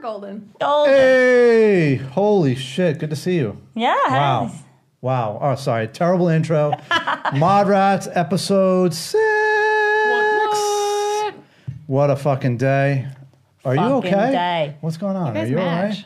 Golden. Golden. Hey! Holy shit! Good to see you. Yeah. Wow. hey. Wow. Oh, sorry. Terrible intro. Mod Rats episode six. What, a fucking day. Are you Fucking okay? day. What's going on? guys are you match.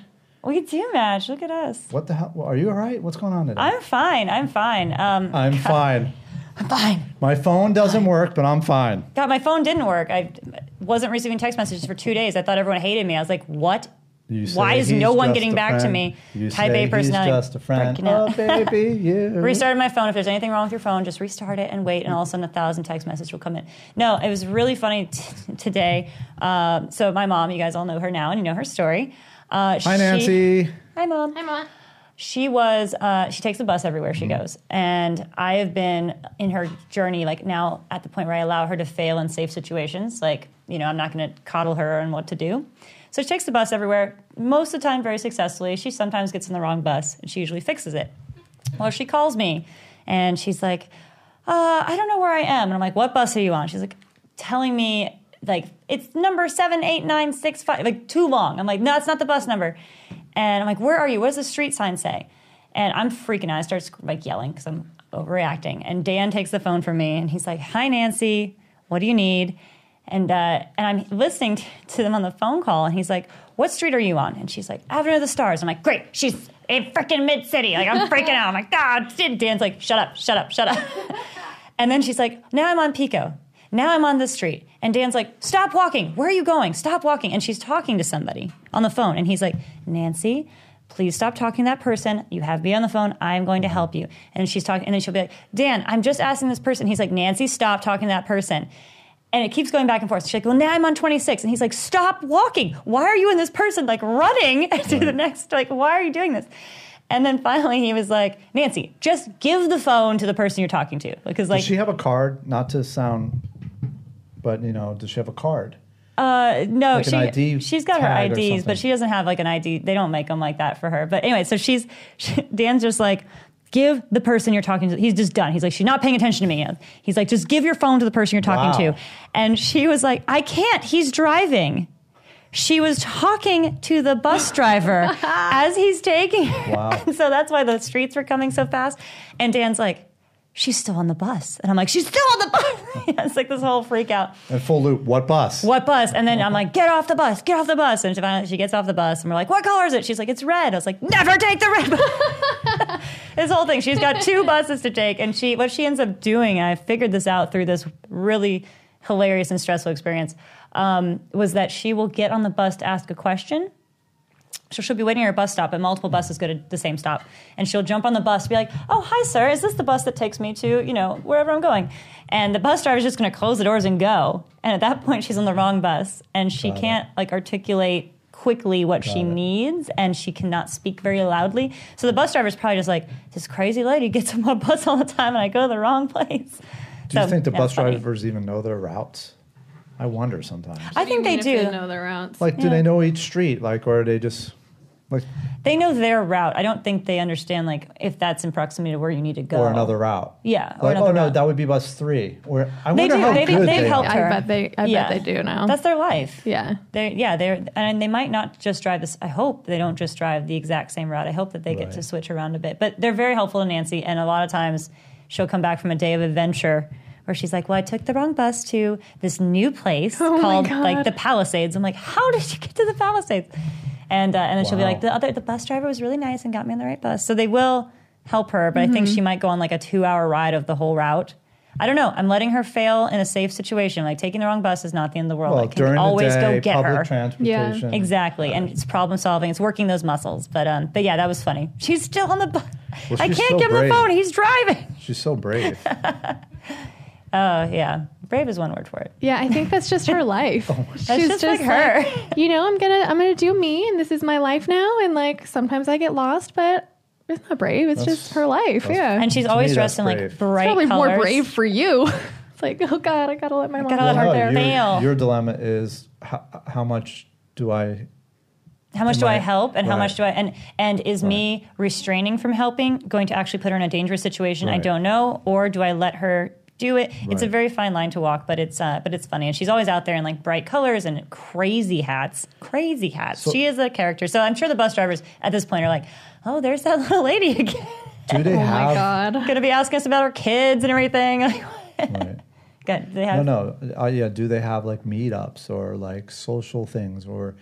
all We right? do match. Look at us. What the hell? Are you all right? What's going on today? I'm fine. I'm fine. Um, I'm fine. I'm fine. My phone doesn't work, but I'm fine. God, my phone didn't work. I wasn't receiving text messages for two days. I thought everyone hated me. I was like, what? You Why say is no he's one just getting a back to friend. me? You Type say A personality. He's just a friend. Freaking Oh, out. baby, you. Restarted my phone. If there's anything wrong with your phone, just restart it and wait, and all of a sudden a thousand text messages will come in. No, it was really funny t- today. Um, so my mom, you guys all know her now, and you know her story. Uh, Hi, Nancy. Hi, mom. Hi, Mom. she was uh, she takes the bus everywhere she goes and i have been in her journey like now at the point where i allow her to fail in safe situations like you know i'm not going to coddle her on what to do so she takes the bus everywhere most of the time very successfully she sometimes gets on the wrong bus and she usually fixes it well she calls me and she's like uh, i don't know where i am and i'm like what bus are you on she's like telling me like it's number seven eight nine six five like too long i'm like no it's not the bus number and i'm like where are you what does the street sign say and i'm freaking out i start sc- like yelling because i'm overreacting and dan takes the phone from me and he's like hi nancy what do you need and uh, and i'm listening t- to them on the phone call and he's like what street are you on and she's like avenue of the stars i'm like great she's in freaking mid-city like i'm freaking out i'm like god dan's like shut up shut up shut up And then she's like, now I'm on Pico. Now I'm on this street. And Dan's like, stop walking. Where are you going? Stop walking. And she's talking to somebody on the phone. And he's like, Nancy, please stop talking to that person. You have me on the phone. I'm going to help you. And she's talking, and then she'll be like, Dan, I'm just asking this person. He's like, Nancy, stop talking to that person. And it keeps going back and forth. She's like, well, now I'm on 26. And he's like, stop walking. Why are you and this person like running to the next? Like, why are you doing this? And then finally he was like, Nancy, just give the phone to the person you're talking to. Because like Does she have a card? Not to sound, but you know, does she have a card? Uh, no, Like an she ID she's got her tag or IDs, something. but she doesn't have like an ID. They don't make them like that for her. But anyway, so she's she, Dan's just like give the person you're talking to. He's just done. He's like she's not paying attention to me. He's like just give your phone to the person you're talking Wow. to, and she was like I can't. He's driving. She was talking to the bus driver as he's taking her. Wow. And so that's why the streets were coming so fast. And Dan's like, she's still on the bus. And I'm like, she's still on the bus. yeah, it's like this whole freak out And full loop. What bus? what bus? And then I'm like, get off the bus, get off the bus. And she finally she gets off the bus and we're like, what color is it? She's like, it's red. I was like, never take the red bus. this whole thing. She's got two buses to take. And she what she ends up doing, and I figured this out through this really hilarious and stressful experience, um, was that she will get on the bus to ask a question. So she'll be waiting at a bus stop, and multiple buses go to the same stop. And she'll jump on the bus, be like, "Oh, hi, sir. Is this the bus that takes me to you know wherever I'm going?" And the bus driver's just going to close the doors and go. And at that point, she's on the wrong bus, and she it. can't like articulate quickly what she it. needs, and she cannot speak very loudly. So the bus driver's probably just like, "This crazy lady gets on my bus all the time, and I go to the wrong place." Do you So, think the yeah, bus it's funny. drivers even know their routes? I wonder sometimes. I think they Even if do. know their routes. like, do they know each street? Like, or are they just like They know their route. I don't think they understand like if that's in proximity to where you need to go or another route? Yeah, or Like, another oh no, route. that would be bus three. Or I They wonder do. how They, good they've they helped are. I her. bet they- I bet they do now. That's their life. yeah. They're, yeah, they're, and they might not just drive this. I hope they don't just drive the exact same route. I hope that they get Right. to switch around a bit. But they're very helpful to Nancy, and a lot of times she'll come back from a day of adventure where she's like, "Well, I took the wrong bus to this new place Oh my called God. like the Palisades." I'm like, "How did you get to the Palisades?" And uh, and then she'll be Wow. like, "The other the bus driver was really nice and got me on the right bus." So they will help her, but I think Mm-hmm. she might go on like a two hour ride of the whole route. I don't know. I'm letting her fail in a safe situation. Like taking the wrong bus is not the end of the world. Well, I can during always the day, go get public her. transportation. Exactly, and it's problem solving. It's working those muscles. But um, but yeah, that was funny. She's still on the. Bu- Well, I she's can't so give him brave. the phone. He's driving. She's so brave. Uh, yeah, brave is one word for it. Yeah, I think that's just her life. Oh, She's That's just, like her. you know, I'm gonna I'm gonna do me and this is my life now and like sometimes I get lost, but it's not brave, it's That's- just her life. that's- Yeah. and she's To always me, dressed that's in like brave. bright probably colors. more brave for you. it's like, oh God, I gotta let my mom gotta go let her out go. there. You're- Fail. your, your dilemma is how, how much do I? How much do Am I I- help, and how right. much do I and and is me restraining from helping going to actually put her in a dangerous situation? I Right. don't know, or do I let her do it. It's a Right. very fine line to walk, but it's uh, but it's funny. And she's always out there in like bright colors and crazy hats, crazy hats. So- she is a character. So I'm sure the bus drivers at this point are like, oh, there's that little lady again, Do they Oh my have? god. going to be asking us about our kids and everything. Like, Right. God, they have No, no. Uh, yeah. Do they have like meetups or like social things or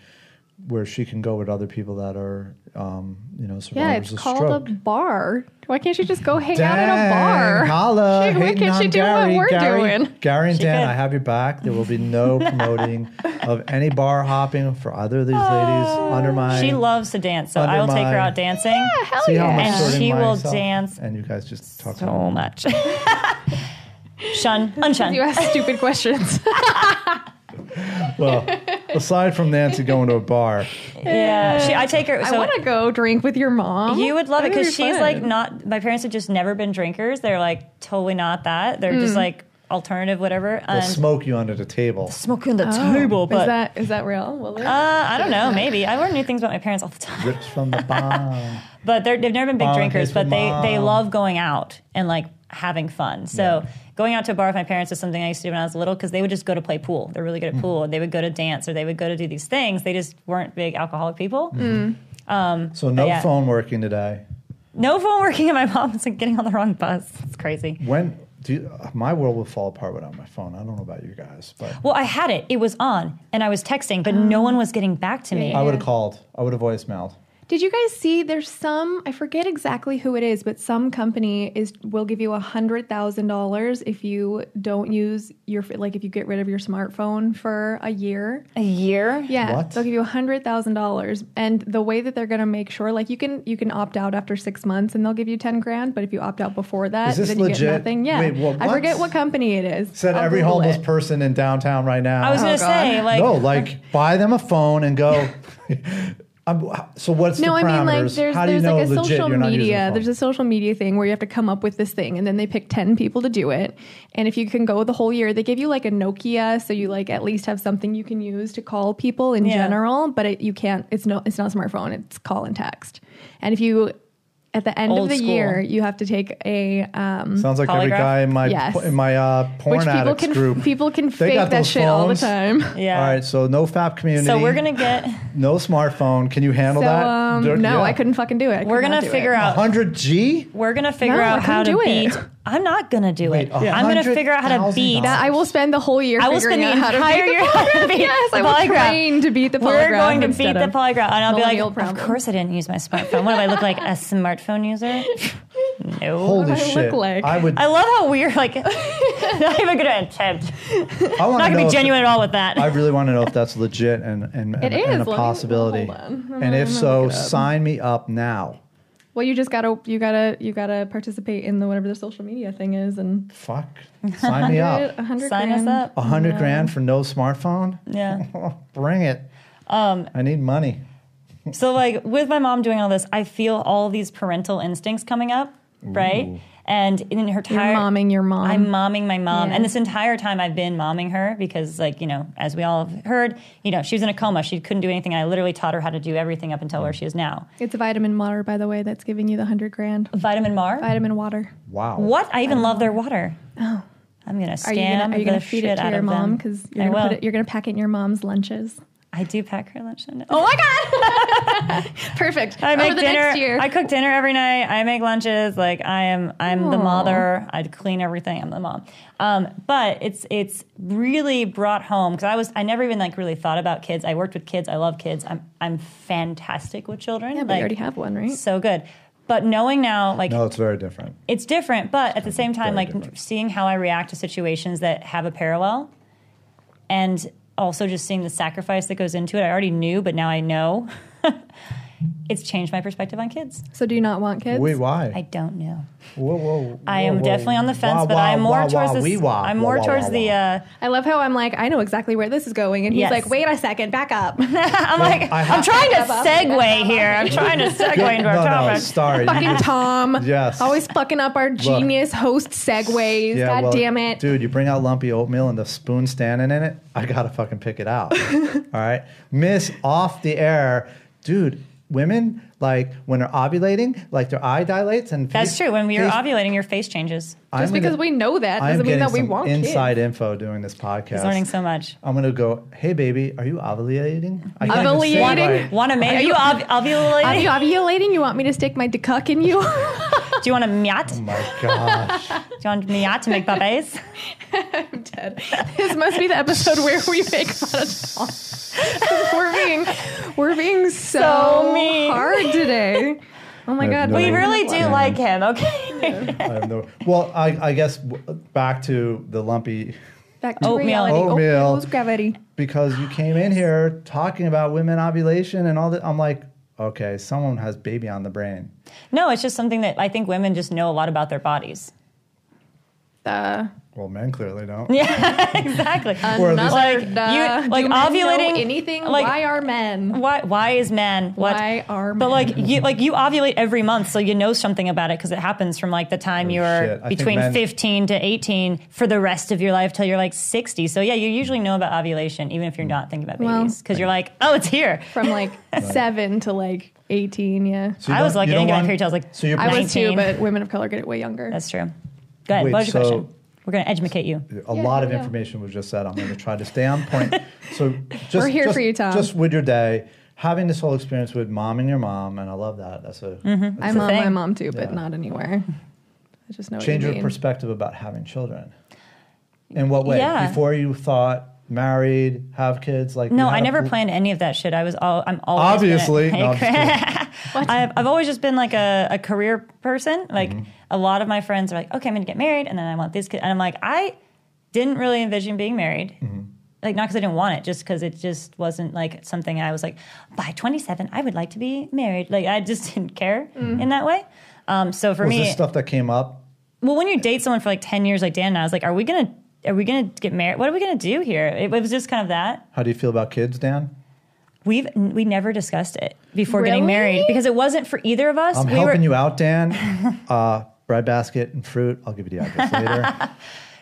where she can go with other people that are, um, you know, Yeah, survivors it's of called stroke? a bar. Why can't she just go hang out at Dang, a bar? Holla, She- why hating can't she on do Gary. what we're Gary, doing? Gary and She Dan, could. I have your back. There will be no promoting of any bar hopping for either of these ladies Oh. under my. She loves to dance, so I will take her Undermine. out dancing Yeah, hell See how yeah. much And sorting she will myself, dance And you guys just talk so much. Shun, unshun. you ask stupid questions. Well, aside from Nancy going to a bar, Yeah, she, I take her. I So want to go drink with your mom. You would love it That because be she's fun. like not. My parents have just never been drinkers. They're like totally not that. They're Mm. just like alternative whatever. they'll And smoke you under the table. smoking the Oh, table, is but uh, that is that real? Will it? I don't know. Maybe I learn new things about my parents all the time. Rips from the bomb. But they're, they've never been big Bond drinkers, is the but they they mom. love going out and like having fun. So. Going out to a bar with my parents is something I used to do when I was little because they would just go to play pool. They're really good at pool, and they would go to dance or they would go to do these things. They just weren't big alcoholic people. Mm. So Uh, no yeah. phone working today. No phone working at my mom's and getting on the wrong bus. It's crazy. When do you, my world would fall apart without my phone? I don't know about you guys, but Well, I had it. It was on, and I was texting, but no one was getting back to me. I would have called. I would have voicemailed. Did you guys see? There's some I forget exactly who it is, but some company is will give you a hundred thousand dollars if you don't use your like if you get rid of your smartphone for a year. A year? Yeah, What? they'll give you a hundred thousand dollars, and the way that they're gonna make sure, like you can you can opt out after six months, and they'll give you ten grand. But if you opt out before that, Is this then you legit? get nothing. Yeah, Wait, what- I forget what what? company it is. Said I'll every Google homeless it. person in downtown right now. I was gonna Oh, God. say, like, no, like buy them a phone and go. I'm, so what's No, the I parameters? mean like there's How do you there's know like a legit social you're not using the media phone? there's a social media thing where you have to come up with this thing and then they pick 10 people to do it. And if you can go the whole year, they give you like a Nokia so you like at least have something you can use to call people in Yeah. general, but it, you can't it's no it's not a smartphone, it's call and text. And if you at the end Old of the school. year, you have to take a um Sounds like every Polygraph? guy in my Yes. in my uh, porn which people addicts can group. people can They got fake that those shit all the phones. time. Yeah. All right, so no FAP community. So we're gonna get, no smartphone. Can you handle So that? um, There- no, yeah. I couldn't fucking do it. I could we're not gonna do it. figure out, 100G. we're gonna figure No, I out how to couldn't do it. beat. I'm not gonna do Wait, it. I'm gonna $100,000? figure out how to beat. That I will spend the whole year. I will figuring spend out the how to entire beat the year how to beat Yes, the I will polygraph. train to beat the polygraph. We're going to beat instead the of- polygraph, and I'll be millennial like, problem. of course I didn't use my smartphone. What do I look like, a smartphone user? No. Holy I look shit! like? I would. I love how weird. Like, not even gonna attempt. I want Not to gonna know be if- genuine at all with that. I really want to know if that's legit and and, and, is. and a Let me- possibility. hold on. I'm And if gonna so, look it up. sign me up now. Well, you just gotta, you gotta, you gotta participate in the whatever the social media thing is, and Fuck. Sign me up. a hundred Sign us grand. up. A hundred grand for no smartphone? Yeah. Bring it. Um, I need money. So like with my mom doing all this, I feel all these parental instincts coming up, right? And in her You're tire, momming your mom. I'm momming my mom, Yeah. and this entire time I've been momming her because, like you know, as we all have heard, you know, she was in a coma. She couldn't do anything. I literally taught her how to do everything up until where she is now. it's a vitamin water, by the way. That's giving you the hundred grand. Vitamin Mar. Vitamin water. Wow. what? I even love their water. Oh. I'm gonna Are you scam gonna, are you the gonna shit feed it out to your of them. mom? Because I you're gonna will. put it, you're gonna pack it in your mom's lunches. I do pack her lunch. And, oh my god! Perfect. I make Over Oh, the dinner. next year. I cook dinner every night. I make lunches. Like I am, I'm the Aw. mother. I clean everything. I'm the mom. Um, but it's it's really brought home because I was I never even like really thought about kids. I worked with kids. I love kids. I'm I'm fantastic with children. yeah, but like, you already have one, right? so good. But knowing now, like No, it's very different. it's different. But at the same time, very like different. seeing how I react to situations that have a parallel, and also just seeing the sacrifice that goes into it. I already knew, but now I know. it's changed my perspective on kids. So do you not want kids? Wait, why? I don't know. whoa, whoa. I am whoa, whoa. definitely on the fence, Wah, but wah, I'm more wah, towards wah, this. wee, wah. I'm Wah, more wah, towards wah, the. wah. Uh, I love how I'm like, I know exactly where this is going, and he's Yes. like, wait a second, back up. I'm like. I I'm have- trying to Back up, back segue here. I'm trying to segue into our no, no, topic. sorry. You fucking just- Tom. Yes. Always fucking up our genius host segues. yeah, God well, damn it. Dude, you bring out lumpy oatmeal and the spoon standing in it, I gotta fucking pick it out. All right. Miss off the air. Dude, women like when they're ovulating, like their eye dilates and That's face- true. When you're face- ovulating, your face changes. I'm Just because gonna- we know that I'm doesn't mean getting that we some want kids. inside info during this podcast. He's learning so much. I'm gonna go. Hey, baby, are you ovulating? I can't even say it Ovulating? right. Want to make? Are you ov- Are you ovulating? ovulating? You want me to stick my decuck in you? Do you want a miat? Oh Do my gosh! you want miat to make papes? I'm dead. This must be the episode where we make fun of Tom. we're being we're being so, So mean. hard today. Oh my I god. have no We idea. really do Yeah. like him. Okay. I have no, well, I, I guess w- back to the lumpy Back to Oatmeal. reality. Oatmeal. Oatmeal's gravity. because you came in here talking about women ovulation and all that. I'm like, okay, someone has baby on the brain. No, it's just something that I think women just know a lot about their bodies. Uh, Well, men clearly don't. Exactly. Or at least- another Like, you- duh. like Do men know ovulating- anything. like- why are men? why? Why is men? What? Why are But men? like you, like you ovulate every month, so you know something about it because it happens from like the time you're Oh, shit. I think between men- 15 to 18 for the rest of your life till you're like 60. So yeah, you usually know about ovulation even if you're not thinking about Well- babies because you're like, oh, it's here. from like seven to like eighteen? Yeah, So you I don't- was like, you I didn't don't get my want- period till I was like, so you're I was too, 19. but women of color get it way younger. That's true. Go ahead. Wait, what was your so- question? We're gonna educate you. a Yeah, lot yeah, of yeah. information was just said. I'm going to try to stay on point. So just, We're here just- for you, Tom. Just with your day, having this whole experience with mom and your mom, and I love that. That's a Mm-hmm. that's I'm a on thing. my mom too, but Yeah. not anywhere. I just know change what you your mean. perspective about having children. In what way? Yeah. Before you thought married, have kids, like No, you had I a never pl- planned any of that shit. I was all I'm always gonna- Obviously, no, I'm just kidding. I've, I've always just been like a, a career person. Like Mm-hmm. a lot of my friends are like, okay, I'm going to get married, and then I want this kid, and I'm like, I didn't really envision being married. Mm-hmm. Like not because I didn't want it, just because it just wasn't like something I was like by 27 I would like to be married. Like I just didn't care in that way. Um, so for was me, this stuff that came up well, when you date someone for like 10 years, like Dan and I was like, are we gonna are we gonna get married? What are we gonna do here? It, was just kind of that. How do you feel about kids, Dan? We've we never discussed it before getting Really? married because it wasn't for either of us. I'm we helping were, you out, Dan. Uh, bread basket and fruit. I'll give you the address later.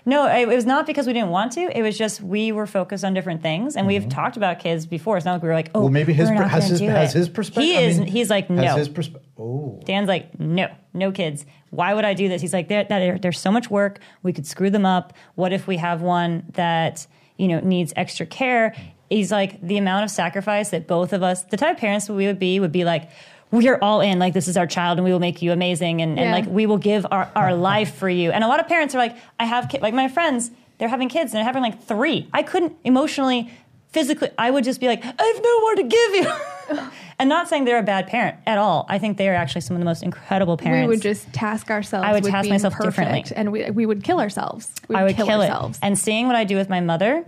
No, it it was not because we didn't want to. It was just we were focused on different things, and we've talked about kids before. It's not like we were like, oh, Mm-hmm. Well, maybe his we're per- not has gonna his do has it. his perspective. He is. he's like no. Has his perspective. Oh, Dan's like no, no kids. Why would I do this? He's like there, that, there's so much work. We could screw them up. What if we have one that you know needs extra care? He's like the amount of sacrifice that both of us, the type of parents we would be, would be like. We are all in, like, this is our child and we will make you amazing and, and Yeah. like, we will give our, our life for you. And a lot of parents are like, I have kids, like my friends, they're having kids and they're having like three. I couldn't emotionally, physically, I would just be like, I have nowhere to give you. and not saying they're a bad parent at all. I think they are actually some of the most incredible parents. we would just task ourselves. I would with task being myself perfect, differently. and we we would kill ourselves. We would I would kill, it. ourselves. And seeing what I do with my mother,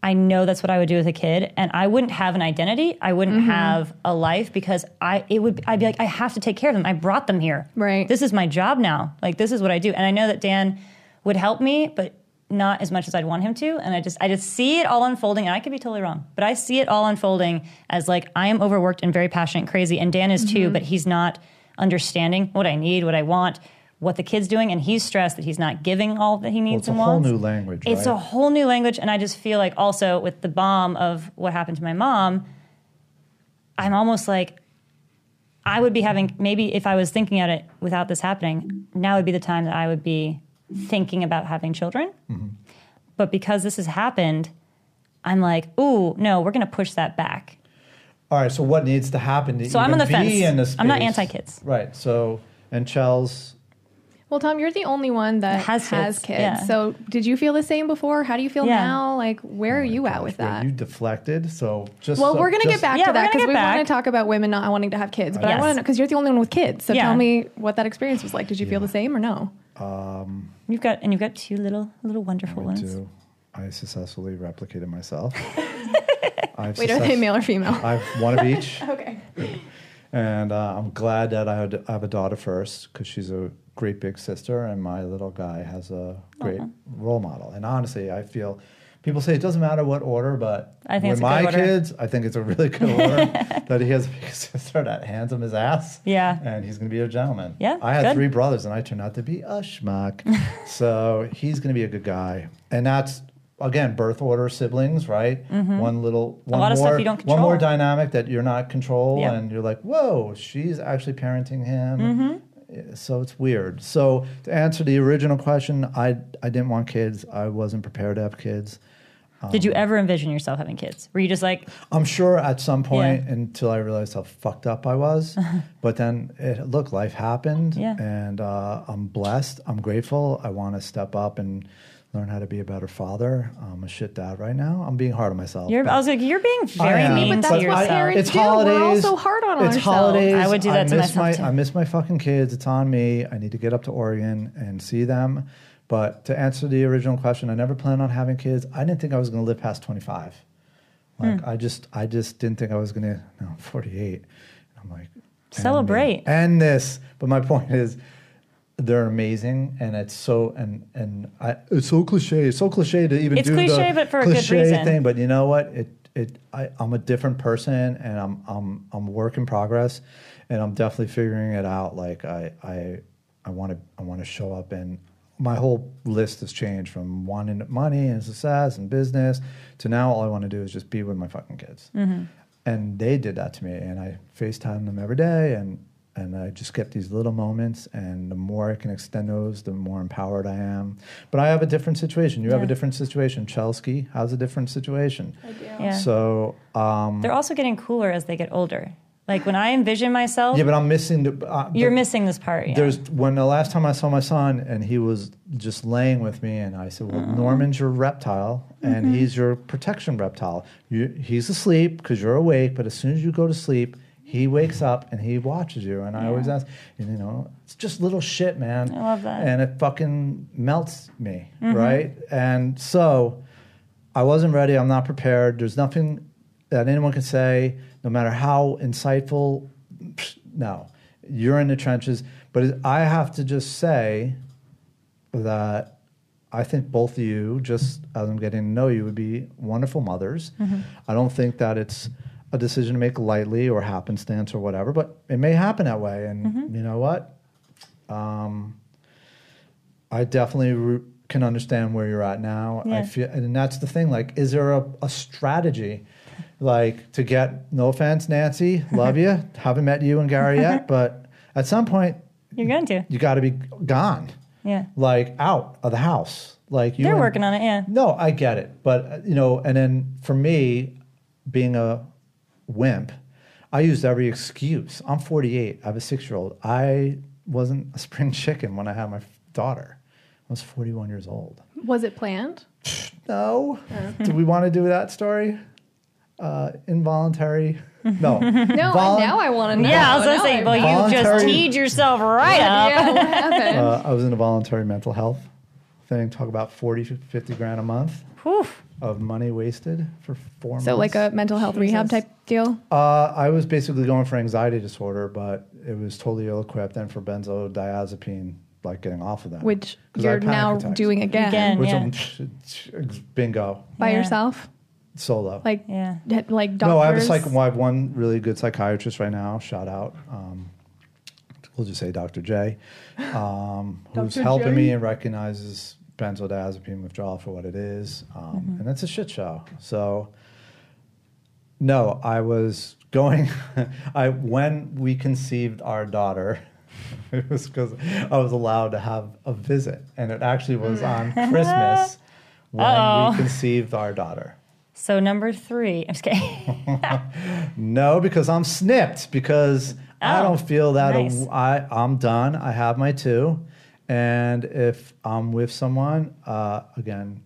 I know that's what I would do with a kid, and I wouldn't have an identity. I wouldn't Mm-hmm. have a life because I it would I'd be like I have to take care of them. I brought them here. Right. This is my job now. Like this is what I do, and I know that Dan would help me, but not as much as I'd want him to. And I just I just see it all unfolding, and I could be totally wrong, but I see it all unfolding as like I am overworked and very passionate, and crazy, and Dan is Mm-hmm. too, but he's not understanding what I need, what I want. What the kid's doing, and he's stressed that he's not giving all that he needs well, it's a and whole wants. new language. It's right? a whole new language, and I just feel like also with the bomb of what happened to my mom, I'm almost like I would be having maybe if I was thinking at it without this happening, now would be the time that I would be thinking about having children. Mm-hmm. But because this has happened, I'm like, ooh, no, we're gonna push that back. All right. So what needs to happen to So I'm even on the be fence. in this? I'm not space? anti-kids. Right. So and Chels. well, Tom, you're the only one that Has has kids, kids. yeah. So did you feel the same before? How do you feel Yeah. now? Like, where are you at with Oh Gosh, wait, that? You deflected. So just well, so- we're gonna just- get back Yeah, to we're that gonna because get we back. want to talk about women not wanting to have kids. But Yes. I want to know because you're the only one with kids. So Yeah. tell me what that experience was like. Did you feel the same or no? You've got and you've got two little little wonderful I ones. do. I successfully replicated myself. I've Wait, are they male or female? I've one of each. Okay. And uh, I'm glad that I, had, I have a daughter first because she's a great big sister, and my little guy has a great role model. And honestly, I feel people say it doesn't matter what order, but I think it's with a good my order. kids, I think it's a really good order that he has a big sister that hands him his ass. Yeah. And he's going to be a gentleman. Yeah, I had good. three brothers, and I turned out to be a schmuck. so he's going to be a good guy. And that's again birth order siblings, right? One little Mm-hmm. lot one more of stuff you don't one more control. dynamic that you're not control, Yeah. and you're like, whoa, she's actually parenting him. Mm-hmm. So it's weird. So to answer the original question, I I didn't want kids. I wasn't prepared to have kids. Did Um, you ever envision yourself having kids? Were you just like, I'm sure at some point Yeah. until I realized how fucked up I was. but then it, look, life happened, Yeah. and uh, I'm blessed. I'm grateful. I want to step up and learn how to be a better father. I'm a shit dad right now. I'm being hard on myself. you're, I was like, you're being very am, mean But to that's what yourself. parents- it's do. We're all holidays. so hard on it's ourselves. holidays. I would do that I to miss myself, my, too. I miss my fucking kids. It's on me. I need to get up to Oregon and see them. But to answer the original question, I never planned on having kids. I didn't think I was going to live past 25. Like Hmm. I just, I just didn't think I was going to. No, I'm 48. I'm like end me. Celebrate. end this. But my point is, they're amazing, and it's so and and I, it's so cliche. It's so cliche to even It's do cliche, the but for a good cliche reason. thing. But you know what? It it I, I'm a different person, and I'm I'm I'm a work in progress, and I'm definitely figuring it out. Like I I I want to I want to show up, and my whole list has changed from wanting money and success and business to now all I want to do is just be with my fucking kids. Mm-hmm. And they did that to me, and I Facetime them every day, and and I just get these little moments, and the more I can extend those, the more empowered I am. But I have a different situation. You have a Yeah. different situation. Chelsky has a different situation. Yeah. So um, They're also getting cooler as they get older. Like when I envision myself, yeah, but I'm missing the. Uh, you're the- missing this part. Yeah. There's when the last time I saw my son, and he was just laying with me, and I said, "Well, Norman's your reptile, and Mm-hmm. he's your protection reptile. You, he's asleep because you're awake, but as soon as you go to sleep." He wakes up and he watches you, and I always ask, you know, it's just little shit, man. I love that. Mm-hmm. And it fucking melts me, right? And so, I wasn't ready. I'm not prepared. There's nothing that anyone can say, no matter how insightful. pfft, No, you're in the trenches. But I have to just say that I think both of you, just as I'm getting to know you, would be wonderful mothers. I don't think that it's a decision to make lightly or happenstance or whatever, but it may happen that way. And you know what? Um, I definitely re- can understand where you're at now. I Yeah. feel, and that's the thing. Like, is there a, a strategy, like to get? No offense, Nancy, love you. Haven't met you and Gary yet, but at some point, you're going to. you got to be gone, Yeah. like out of the house. Like you They're and- working on it. Yeah. no, I get it, but uh, you know, and then for me, being a wimp, I used every excuse. I'm 48. I have a six-year-old. I wasn't a spring chicken when I had my f- daughter. I was 41 years old. Was it planned? No, do we want to do that story? Uh, involuntary? No. No, Volun- now I want to know. Yeah, I was gonna say, but well, you just Voluntary- teed yourself right up. yeah, what happened? uh, I was in a voluntary mental health thing. Talk about 40, 50 grand a month Whew. of money wasted for four months. So, like a mental health rehab Jesus. type deal? Uh, I was basically going for anxiety disorder, but it was totally ill equipped and for benzodiazepine, like getting off of that. which 'Cause I you're had panic now attacks. doing again, Again. Which Yeah. I'm, bingo, by Yeah. yourself, solo. like Yeah. d- like doctors. no, I have a psych- well, I have one really good psychiatrist right now. Shout out. Um, we'll just say Dr. J, um, who's Dr. helping J? me and recognizes benzodiazepine withdrawal for what it is, um, Mm-hmm. and it's a shit show. So, no, I was going. I when we conceived our daughter. It was because I was allowed to have a visit, and it actually was on Mm. Christmas when Uh-oh. we conceived our daughter. So number three. I'm just kidding. No, because I'm snipped because I Oh, don't feel that nice. I, I'm done. I have my two. And if I'm with someone, uh, again,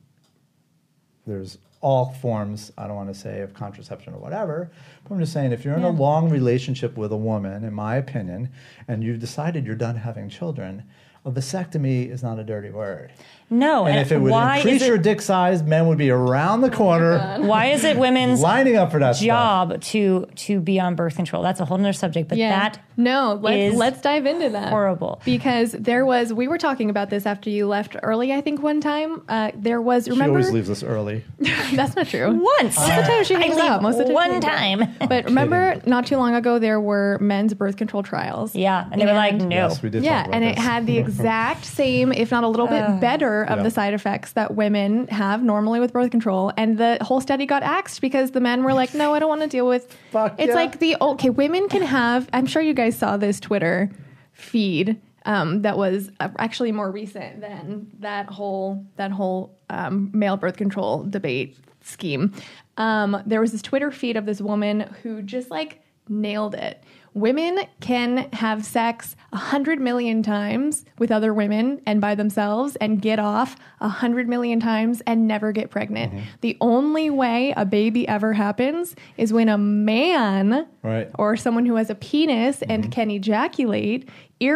there's all forms, I don't want to say of contraception or whatever, but I'm just saying if you're in a Yeah. long relationship with a woman, in my opinion, and you've decided you're done having children, a vasectomy is not a dirty word. No. And if it would why increase is your it, dick size, men would be around the corner why is it women's lining up for that stuff. job to to be on birth control? That's a whole nother subject. But Yeah. that no, let's is let's dive into that. horrible. because there was we were talking about this after you left early. I think one time uh, there was remember She always leaves us early. that's not true. once Sometimes she I hangs leave out. Most of the time she one doesn't. time. But remember, not too long ago, there were men's birth control trials. Yeah, and they were like, And- no. Yes, we did. Yeah, talk about and it this. had the exact same, if not a little bit better, fear of Yeah. the side effects that women have normally with birth control. And the whole study got axed because the men were like, no, I don't want to deal with. Fuck it's yeah. like the, okay, women can have, I'm sure you guys saw this Twitter feed. Um, that was uh, actually more recent than that whole that whole um, male birth control debate scheme. Um, there was this Twitter feed of this woman who just like nailed it. Women can have sex a hundred million times with other women and by themselves and get off a hundred million times and never get pregnant. The only way a baby ever happens is when a man Right. or someone who has a penis and Mm-hmm. can ejaculate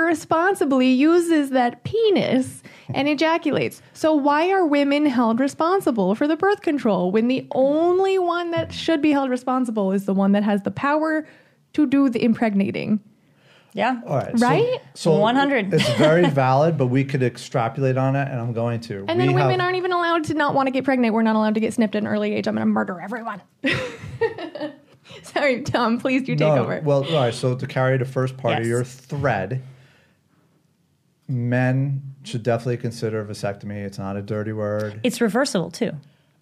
irresponsibly uses that penis and ejaculates. So why are women held responsible for the birth control when the only one that should be held responsible is the one that has the power to do the impregnating? Yeah. All right. Right? So, so 100. It's very valid, but we could extrapolate on it, and I'm going to. And then we women have- aren't even allowed to not want to get pregnant. We're not allowed to get snipped at an early age. I'm going to murder everyone. Sorry, Tom, please do take no, over. Well, all right. So to carry the first part Yes. of your thread, men should definitely consider vasectomy. It's not a dirty word. It's reversible too.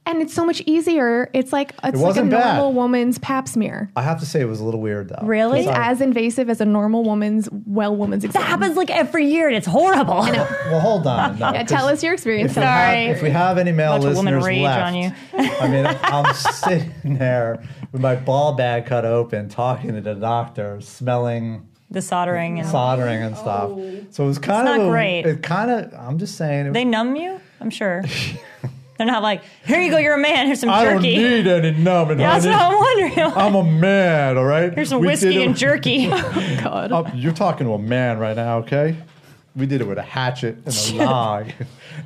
and it's so much easier. It's like it's like a wasn't bad. normal woman's pap smear. I have to say it was a little weird though. Really? It's Because I- as invasive as a normal woman's well woman's That exam. happens like every year and it's horrible. well, hold on. No, Yeah, tell 'cause us your experience. If we have- Sorry. if we have any male Bunch of women listeners rage left, on you. I mean, I'm sitting there with my ball bag cut open, talking to the doctor, smelling the soldering and soldering and stuff. So it was kind Oh. It's of not a- great. It kind of. I'm just saying. It they numb you, I'm sure. They're not like, here you go, you're a man, here's some I don't jerky. need any numbing. Yeah, That's what honey. I'm wondering. I'm a man, all right? Here's some We did whiskey it- and jerky. Oh, God. Uh, you're talking to a man right now, okay? We did it with a hatchet and a log.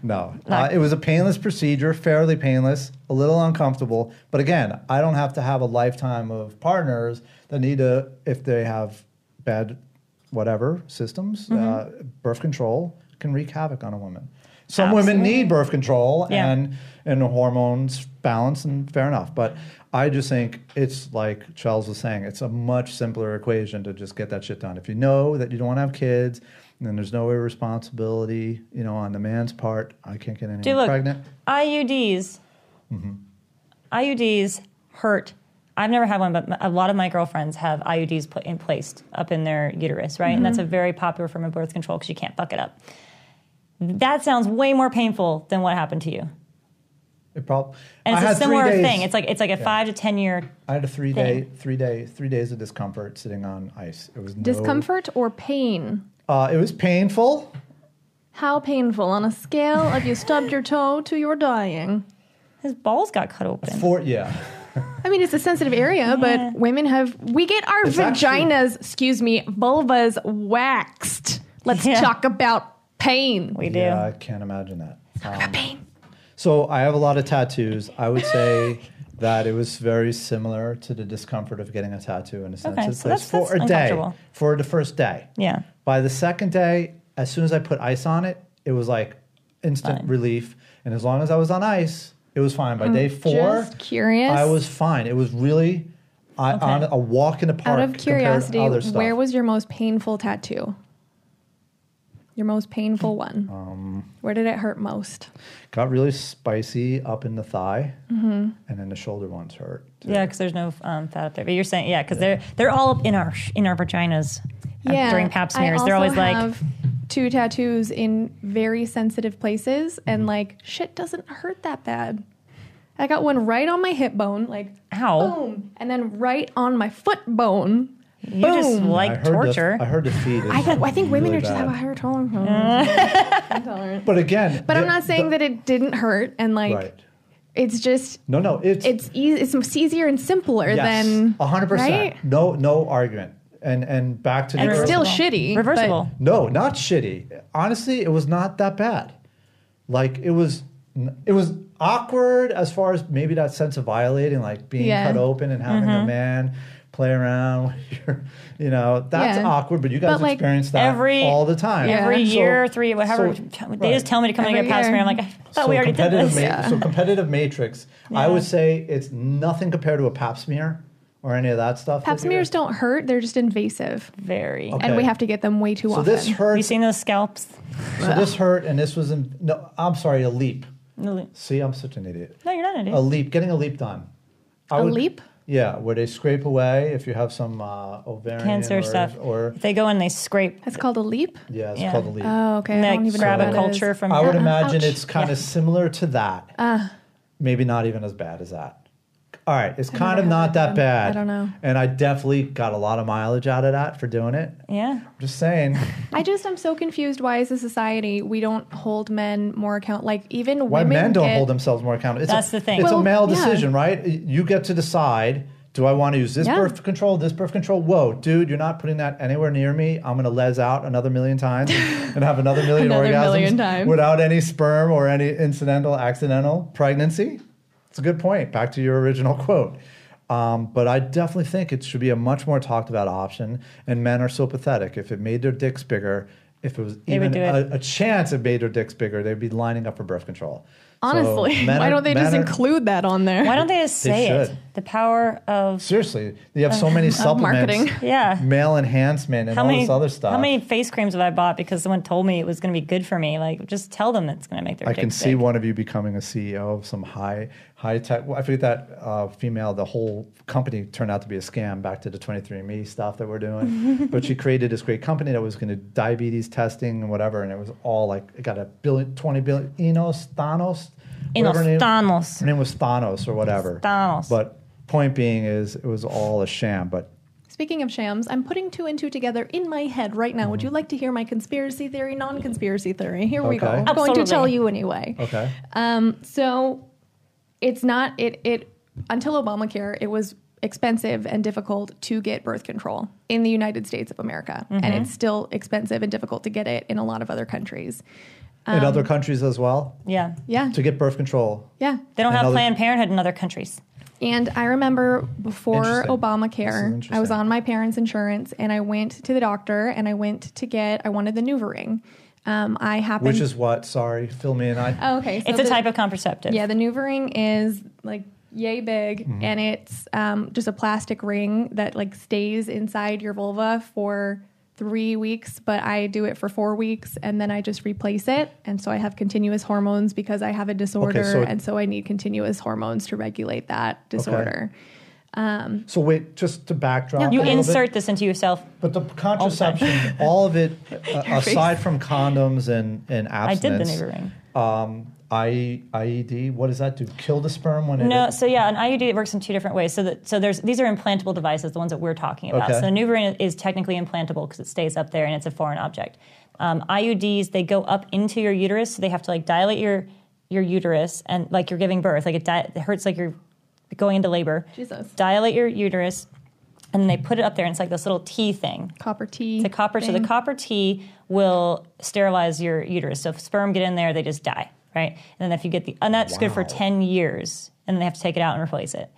no, uh, it was a painless procedure, fairly painless, a little uncomfortable. But again, I don't have to have a lifetime of partners that need to, if they have bad, whatever systems, uh, birth control can wreak havoc on a woman. Some women Absolutely. need birth control Yeah. and and hormones balance and fair enough. But I just think it's like Charles was saying, it's a much simpler equation to just get that shit done. If you know that you don't want to have kids, then there's no irresponsibility, you know, on the man's part. I can't get anyone Dude, look, pregnant. Mm-hmm. IUDs, IUDs hurt. I've never had one, but a lot of my girlfriends have IUDs put in placed up in their uterus, right? And Mm-hmm. that's a very popular form of birth control because you can't buck it up. That sounds way more painful than what happened to you. It prob- And I it's a had three similar days- thing. It's like it's like a five to ten year. I had a three day, three day, three days of discomfort sitting on ice. It was no- Discomfort or pain? Uh, it was painful. How painful on a scale of you stubbed your toe to you're dying? His balls got cut open. For yeah, I mean, it's a sensitive area, Yeah. but women have. We get our It's actually- vaginas, excuse me, vulvas waxed. Let's Yeah. talk about pain. We do. yeah, I can't imagine that. Um, pain. So I have a lot of tattoos. I would say that it was very similar to the discomfort of getting a tattoo in a sense. Okay, It's so like that's- for that's a day, uncomfortable. for the first day. Yeah. By the second day, as soon as I put ice on it, it was like instant Fine. relief. And as long as I was on ice, it was fine. By day four, Just curious. I was fine. It was really I, Okay. on a walk in the Out park. of compared to curiosity, other stuff. where was your most painful tattoo? Your most painful one. Um, where did it hurt most? got really spicy up in the thigh, and then the shoulder ones hurt. too. Yeah, because there's no um, fat up there. But you're saying, yeah, because they're they're all up in our in our vaginas uh, during pap I smears. They're also always like, have two tattoos in very sensitive places, and Mm-hmm. like shit doesn't hurt that bad. I got one right on my hip bone, like Ow. boom, and then right on my foot bone. you just boom. I like heard the- torture. I heard the feet. is I, got, I think women really are just bad. have a higher tolerance. Intolerant. But again, But I'm the- not saying the- that it didn't hurt, and like right. it's just No, no, it's it's easy, it's easier and simpler yes, than hundred percent. right? No, no argument. And and back to the And earth- It's still Reversible. shitty. but- Reversible. No, not shitty. Honestly, it was not that bad. Like it was, it was awkward as far as maybe that sense of violating, like being Yeah. Mm-hmm. cut open and having a man play around. with your- you know, that's Yeah. awkward. But you guys But, like, experience that every- all the time. Yeah. Every So- year, three, whatever. so- they right. just tell me to come and Every get past me. year. I'm like, I thought so we already did competitive this. ma- Yeah. So competitive matrix, I would say it's nothing compared to a pap smear or any of that stuff? Pap that you- smears don't hurt; they're just invasive, Very. Okay. and we have to get them way too So often. this hurt. You seen those scalps? So this hurt, and this was in. No, I'm sorry. A leap. No, See, I'm such an idiot. you're not an A idiot. leap. Getting a leap done. I a would- leap. Yeah, where they scrape away if you have some uh, ovarian Cancer or, stuff. or They go and they scrape. That's called a leap. yeah, it's Yeah. called a leap. Oh, okay. and I they don't even grab know a what that is. culture from. I would imagine ouch. Uh. it's kind Yeah. of similar to that. Maybe not even as bad as that. All right, it's kind of never not had that that done. bad. I don't know. And I definitely got a lot of mileage out of that for doing it. I'm Yeah. just saying. I just I'm so confused. Why as a society we don't hold men more account? Like even Why women men don't get- hold themselves more accountable? It's That's a, the thing. It's a Well, male yeah. decision, right? You get to decide. Do I want to use this Yeah. birth control, this birth control? Whoa, dude, you're not putting that anywhere near me. I'm going to les out another million times and have another million Another orgasms million times. without any sperm or any incidental, accidental pregnancy. It's a good point. Back to your original quote. Um, but I definitely think it should be a much more talked about option. And men are so pathetic. If it made their dicks bigger, if it was would even do it. a, a chance it made their dicks bigger, they'd be lining up for birth control. So Honestly, men why are- don't they just men are- include that on there? Why don't they just They say it? should. The power of Seriously, they have so many supplements, marketing. Yeah. male enhancement, and how all many this other stuff. How many face creams have I bought because someone told me it was going to be good for me? Like, just tell them it's going to make their. I can dick see big. one of you becoming a CEO of some high high tech. Well, I forget that uh, female. The whole company turned out to be a scam. Back to the 23andMe stuff that we're doing, but she created this great company that was going to diabetes testing and whatever, and it was all like it got a billion, 20 billion. Enos Thanos, whatever her name- Thanos. Her name was Thanos or whatever. Thanos. But point being is, it was all a sham. But Speaking of shams, I'm putting two and two together in my head right now. Mm-hmm. Would you like to hear my conspiracy theory, non conspiracy theory? Here we go. Okay. I'm going to Absolutely. tell you anyway. okay, Um, so it's not it it until Obamacare, it was expensive and difficult to get birth control in the United States of America, and Mm-hmm. it's still expensive and difficult to get it in a lot of other countries. in other countries as well Um, Yeah. Yeah, to get birth control. yeah. They don't have Another- Planned Parenthood in other countries. And I remember before Interesting. This Obamacare, is I was interesting. on my parents' insurance, and I went to the doctor, and I went to get I wanted the NuvaRing. Um, I happened. Which is what? Sorry, fill me in. I, Oh, okay, so It's a the- type of contraceptive. Yeah, the new ring is like yay big, Mm-hmm. and it's um, just a plastic ring that like stays inside your vulva for three weeks. But I do it for four weeks, and then I just replace it, and so I have continuous hormones because I have a disorder, so- and so I need continuous hormones to regulate that disorder. so wait, just to backdrop. a You little bit, insert this into yourself. but the contraception, all of it, uh, aside from condoms and and I did the abstinence. new ring. Um, I, IED. What does that do? Kill the sperm when it. No, so yeah, an IUD it works in two different ways. So that so there's these are implantable devices, the ones that we're talking about. Okay. So NuvaRing is technically implantable because it stays up there and it's a foreign object. Um, IUDs they go up into your uterus, so they have to like dilate your your uterus and like you're giving birth, like it, di- it hurts like you're going into labor. Jesus. Dilate your uterus, and then they put it up there, and it's like this little T thing. Copper T. The copper, so the copper T will sterilize your uterus. So if sperm get in there, they just die, right? And then if you get the, and that's good for Wow. 10 years, and then they have to take it out and replace it.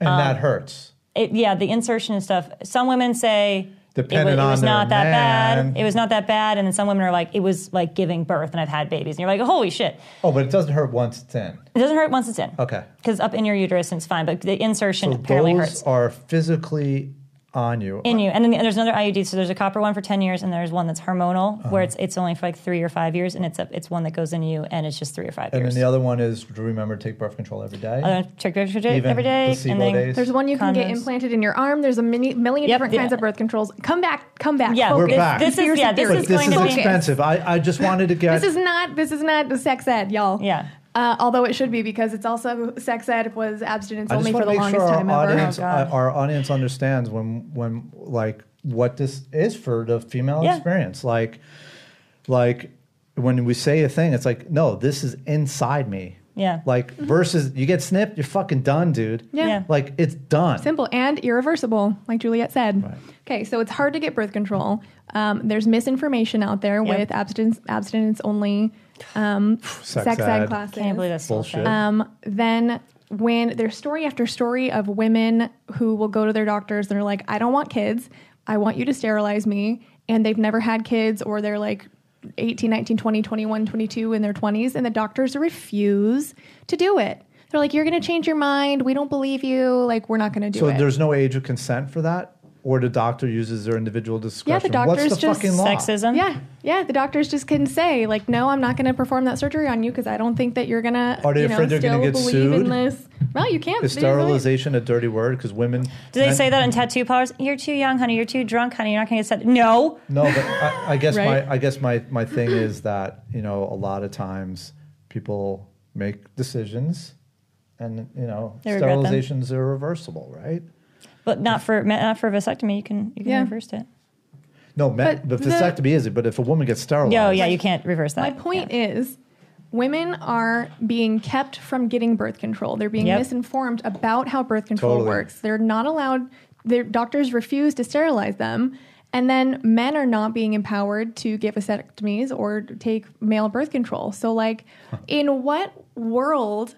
and um, that hurts. it yeah, the insertion and stuff. Some women say Depending it was, it on was their not that man. bad. It was not that bad. And then some women are like, it was like giving birth, and I've had babies. And you're like, holy shit. Oh, but it doesn't hurt once it's in. It doesn't hurt once it's in. Okay. Because up in your uterus, it's fine, but the insertion So apparently those hurts. are physically on you. in you. And then there's another IUD. So there's a copper one for ten years, and there's one that's hormonal, Uh-huh. where it's it's only for like three or five years, and it's a, it's one that goes in you, and it's just three or five and years. then the other one is do remember to take birth control every day. Other than check your shit Even every day, placebo and then days. There's one you can get Condoms. implanted in your arm. There's a mini, million Yep, different yeah. kinds of birth controls. Come back, come back. yeah, focus. We're back. This, this is yeah, this But is this going is to be Focus. expensive. I, I just wanted to get. This is not this is not the sex ed, y'all. Yeah. Uh, although it should be because it's also sex ed was abstinence I only just for want the to make longest sure our time ever. audience, Oh, God. uh, our audience understands when when like what this is for the female Yeah. experience. Like, like when we say a thing, it's like no, this is inside me. Yeah. Like versus you get snipped, you're fucking done, dude. Mm-hmm. Yeah. Yeah. Like it's done. Simple and irreversible, like Juliet said. Okay, so it's hard to get birth control. Um, there's misinformation out there Yep. with abstinence abstinence only um, Sex sex, ed. ed, Can't classes. Can't believe that's Bullshit. bullshit. Um, then when there's story after story of women who will go to their doctors and are like, I don't want kids. I want you to sterilize me. And they've never had kids or they're like 18, 19, 20, 21, 22 in their 20s. And the doctors refuse to do it. They're like, you're going to change your mind. We don't believe you. Like, we're not going to do So it. there's no age of consent for that, or the doctor uses their individual discretion. doctor's What's the just fucking law? Sexism. Yeah, yeah. The doctors just can say like, no, I'm not going to perform that surgery on you because I don't think that you're gonna. Are they you know, afraid they're gonna still get believe sued? In this. No, you can't. Is They really- sterilization a dirty word? Because women Do they men- say that in tattoo parlors? You're too young, honey. You're too drunk, honey. You're not going to get set. No. No, but I, I guess Right? my I guess my my thing is that you know a lot of times people make decisions, and you know They regret them. sterilizations are reversible, right? But not for not for vasectomy. You can you can Yeah. reverse it. No, men, But but the- vasectomy is it? But if a woman gets sterilized, No, yeah, you can't reverse that. My point is, women are being kept from getting birth control. They're being Yep. misinformed about how birth control Totally. works. They're not allowed. Their doctors refuse to sterilize them. And then men are not being empowered to get vasectomies or take male birth control. So, like, in what world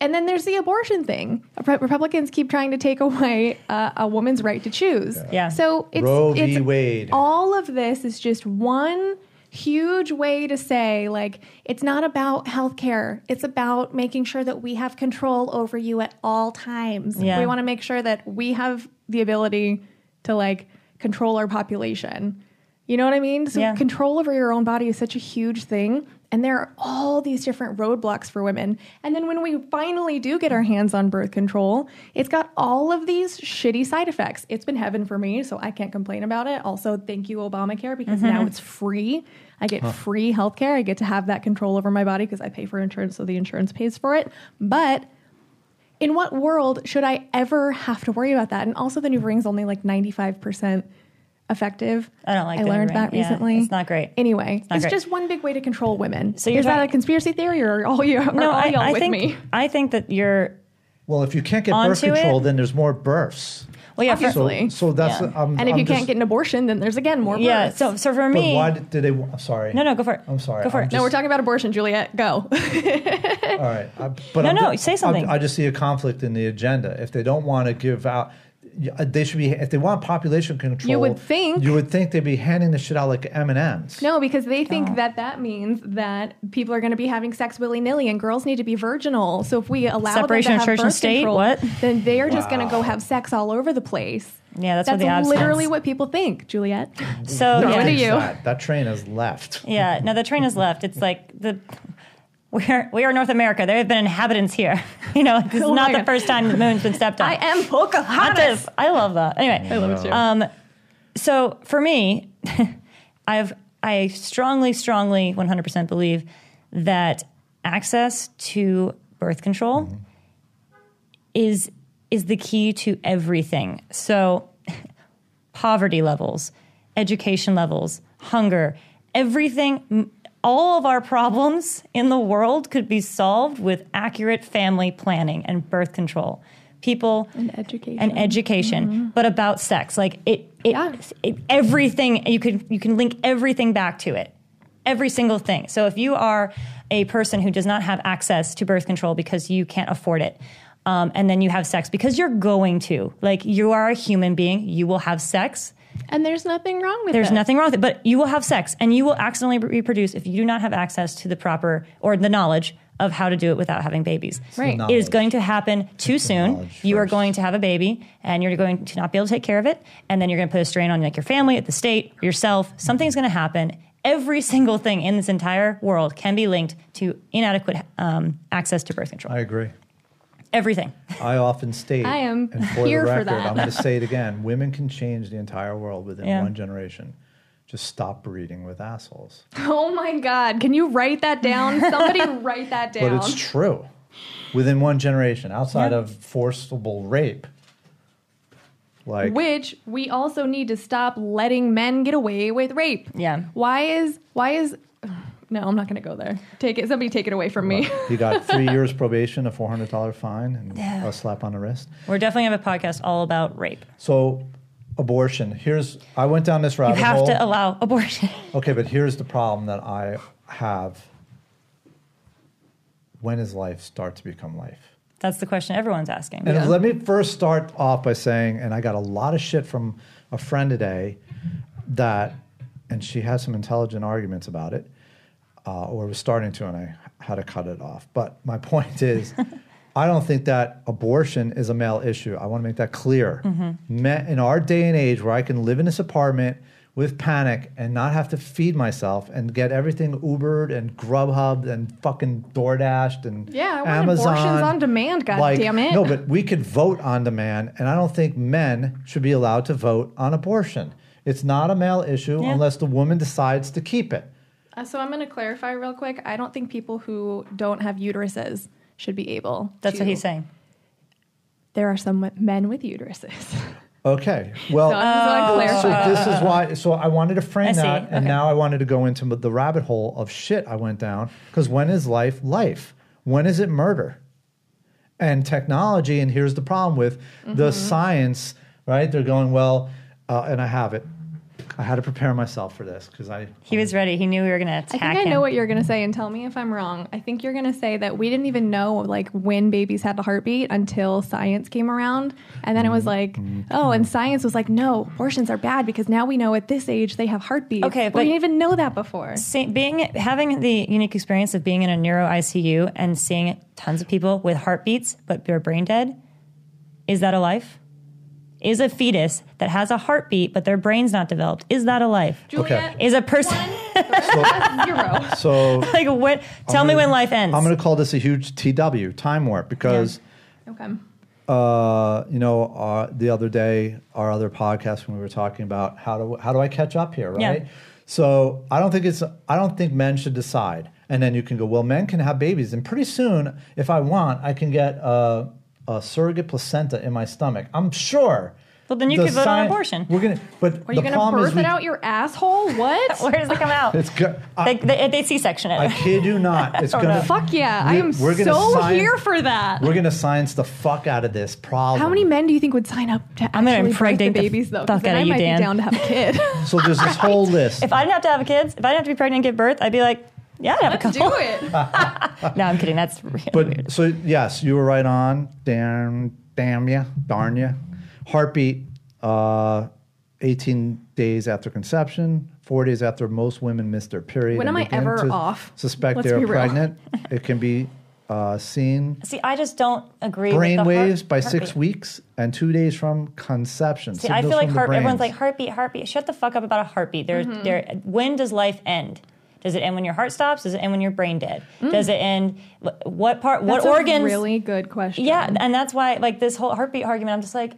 And then there's the abortion thing. Re- Republicans keep trying to take away uh, a woman's right to choose. Yeah. So it's, Roe v. it's Wade. all of this is just one huge way to say like it's not about healthcare. It's about making sure that we have control over you at all times. Yeah. We want to make sure that we have the ability to like control our population. You know what I mean? So Yeah. control over your own body is such a huge thing. And there are all these different roadblocks for women. And then when we finally do get our hands on birth control, it's got all of these shitty side effects. It's been heaven for me, so I can't complain about it. Also, thank you, Obamacare, because now it's free. I get free health care. I get to have that control over my body because I pay for insurance, so the insurance pays for it. But in what world should I ever have to worry about that? And also, the new ring's only like 95% effective. I don't like I the new learned ring. that Yeah, recently. it's not great. Anyway, it's, not great. just one big way to control women. So you're Is that talking- a conspiracy theory or are all you are No, all I, y'all I with think me? I think that you're. Well, if you can't get birth Onto it. control, then there's more births. Well, yeah, for, Obviously. So, Really? so that's Yeah. I'm, And if I'm you can't just- get an abortion, then there's again more yeah. births. So so for but me, why did, did they? I'm sorry. no, no, go for it. I'm sorry. Go for I'm it. no, just- we're talking about abortion, Juliet. Go. All right, I, but No, I'm no, ju- say something. I, I just see a conflict in the agenda. If they don't want to give out, y- they should be. If they want population control, You would think- you would think they'd be handing the shit out like M and M's. no, because they think that that means that people are going to be having sex willy nilly and girls need to be virginal. So if we allow Separation them of to have church and birth state? control, What? then they are just going to go Wow. have sex all over the place. yeah, that's, That's what the abs literally stands. what people think, Juliet. So No, yeah. it is- you. That, that train has left. Yeah, no, the train has left. It's like the we are we are North America. There have been inhabitants here. You know, this is Oh not my the God. first time the moon's been stepped on. I am Pocahontas. I love that. Anyway, I love it too. Um, so for me, I've I strongly, strongly, one hundred percent believe that access to birth control is is the key to everything. So poverty levels, education levels, hunger, everything. m- All of our problems in the world could be solved with accurate family planning and birth control. People And education. and education, but about sex. Like it, it, Yeah. it- everything you could you can link everything back to it, every single thing. So if you are a person who does not have access to birth control because you can't afford it. Um, and then you have sex because you're going to like you are a human being you will have sex And there's nothing wrong with there's it. nothing wrong with it but you will have sex and you will accidentally re- reproduce if you do not have access to the proper or the knowledge of how to do it without having babies Right. No. it is going to happen too soon. knowledge You are first. going to have a baby, and you're going to not be able to take care of it, and then you're going to put a strain on like your family, the state, yourself. Something's going to happen. Every single thing in this entire world can be linked to inadequate um, access to birth control. I agree. Everything. I often state. I am and for here the for record, that. I'm going to say it again. Women can change the entire world within Yeah. one generation. Just stop breeding with assholes. Oh my God. Can you write that down? Somebody write that down. But it's true. Within one generation, outside of forcible rape, like Which we also need to stop letting men get away with rape. Yeah. Why is, why is, no, I'm not going to go there. Take it. Somebody take it away from me. he got three years probation, a four hundred dollar fine, and a slap on the wrist. We're definitely going to have a podcast all about rape. So, abortion. Here's I went down this You rabbit have hole. to uh, allow abortion. okay, but here's the problem that I have. When does life start to become life? That's the question everyone's asking. And let me first start off by saying, and I got a lot of shit from a friend today that, and she had some intelligent arguments about it, uh, or was starting to, and I had to cut it off. But my point is, I don't think that abortion is a male issue. I want to make that clear. Mm-hmm. Me- in our day and age where I can live in this apartment with panic and not have to feed myself and get everything Ubered and Grubhub and fucking DoorDashed and Yeah, I want Amazon. abortions on demand, God like, damn it. No, but we could vote on demand, and I don't think men should be allowed to vote on abortion. It's not a male issue Yeah. unless the woman decides to keep it. Uh, so I'm going to clarify real quick. I don't think people who don't have uteruses should be able. That's to- what he's saying. There are some men with uteruses. Okay. Well, so Oh, I'm just so going to clarify. this is why. So I wanted to uh, I frame see. that, and Okay. now I wanted to go into the rabbit hole of shit I went down. Because when is life life? When is it murder? And technology, and here's the problem with Mm-hmm. the science, right? They're going well, uh, and I have it. I had to prepare myself for this because I He was ready. He knew we were going to I attack think I him. know what you're going to say, and tell me if I'm wrong. I think you're going to say that we didn't even know like when babies had the heartbeat until science came around, and then it was like, oh, and science was like, no, abortions are bad because now we know at this age they have heartbeats. Okay, we but- didn't even know that before. See- being having the unique experience of being in a neuro ICU and seeing tons of people with heartbeats but they're brain dead, is that a life? Is a fetus that has a heartbeat but their brain's not developed, is that a life? Juliet, Is a person zero. so like what? Tell me gonna- when life ends. I'm going to call this a huge TW time warp because Okay. uh, you know uh, the other day our other podcast when we were talking about how do how do I catch up here, Yeah. right? So I don't think it's I don't think men should decide, and then you can go well, men can have babies, and pretty soon if I want, I can get a, a surrogate placenta in my stomach. I'm sure. Well, then you the could vote on sci- abortion. We're gonna, but Are you the going to problem birth is it we- out your asshole? What? Where does it come out? It's go- I, they, they, they C-section it. I kid you not. It's don't gonna know. Fuck yeah! I We- am we're gonna so sign- here for that. We're gonna science the fuck out of this problem. How many men do you think would sign up to I'm gonna actually birth the impregnate the babies though? 'Cause fuck then outta I you, might Dan. be down to have a kid. So there's this whole list. if I didn't have to have kids, if I didn't have to be pregnant and give birth, I'd be like, yeah, I'd have a couple. it. No, I'm kidding. That's really weird. But so yes, you were right on. Damn, damn ya, darn ya. Heartbeat. Uh, 18 days after conception, four days after most women miss their period. When and am I begin ever to off? Suspect Let's they be are real. pregnant. it can be uh, seen See, I just don't agree. with brain the waves heart- by six heartbeat. weeks and two days from conception. See, I feel like heart, heart, everyone's like heartbeat, heartbeat. Shut the fuck up about a heartbeat. There, Mm-hmm. there. When does life end? Does it end when your heart stops? Does it end when your brain dead? Does it end? wh- What part? Mm. That's what organs? A really good question. yeah, and that's why like this whole heartbeat argument. I'm just like,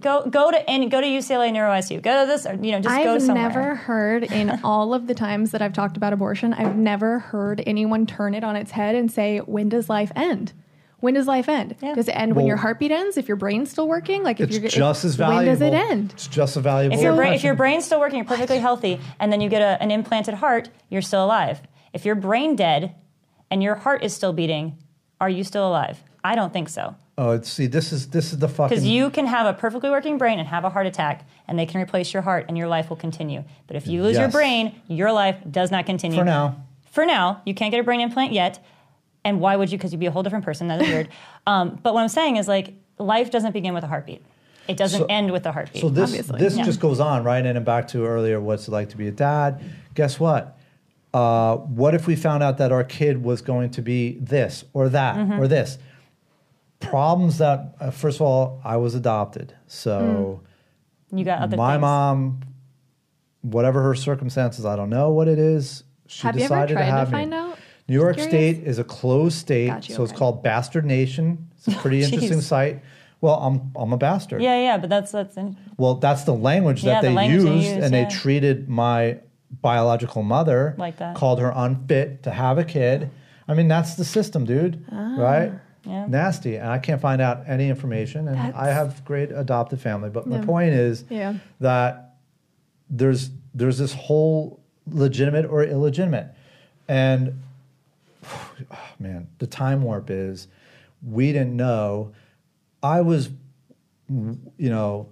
go go to any go to UCLA Neuro ICU. Go to this. Or, you know, just go I've somewhere. never heard in all of the times that I've talked about abortion, I've never heard anyone turn it on its head and say, "When does life end?" When does life end? Yeah. Does it end when Well- your heartbeat ends? If your brain's still working, like if It's you're just as valuable. When does it end? It's just as valuable. If your, brain, if question. your brain's still working, you're perfectly healthy, and then you get a, an implanted heart, you're still alive. If your brain dead and your heart is still beating, are you still alive? I don't think so. oh, it's, see, this is this is the fucking. Because you can have a perfectly working brain and have a heart attack, and they can replace your heart, and your life will continue. But if you lose your Yes. brain, your life does not continue. for now. For now, you can't get a brain implant yet. And why would you? Because you'd be a whole different person. That's weird. um, but what I'm saying is, like, life doesn't begin with a heartbeat. It doesn't So- end with a heartbeat. So this obviously. this Yeah. just goes on, right? And then back to earlier, what's it like to be a dad? Guess what? Uh, what if we found out that our kid was going to be this or that Mm-hmm. or this? Problems that uh, first of all, I was adopted, Mm. so you got other my things. mom, whatever her circumstances, I don't know what it is. She Have you ever decided tried to to have me. find out? New York Curious? State is a closed state, Got you, so it's okay. called Bastard Nation. It's a pretty interesting jeez. site. Well, I'm I'm a bastard. Yeah, yeah, but that's that's. In, Well, that's the language Yeah, that the they language they used, use, and yeah. they treated my biological mother Like that. Called her unfit to have a kid. I mean, that's the system, dude. right? Ah, yeah. Nasty, and I can't find out any information. And I That's- have great adopted family, but Yeah. my point is Yeah. that there's there's this whole legitimate or illegitimate, and oh, man, the time warp is we didn't know. I was, you know,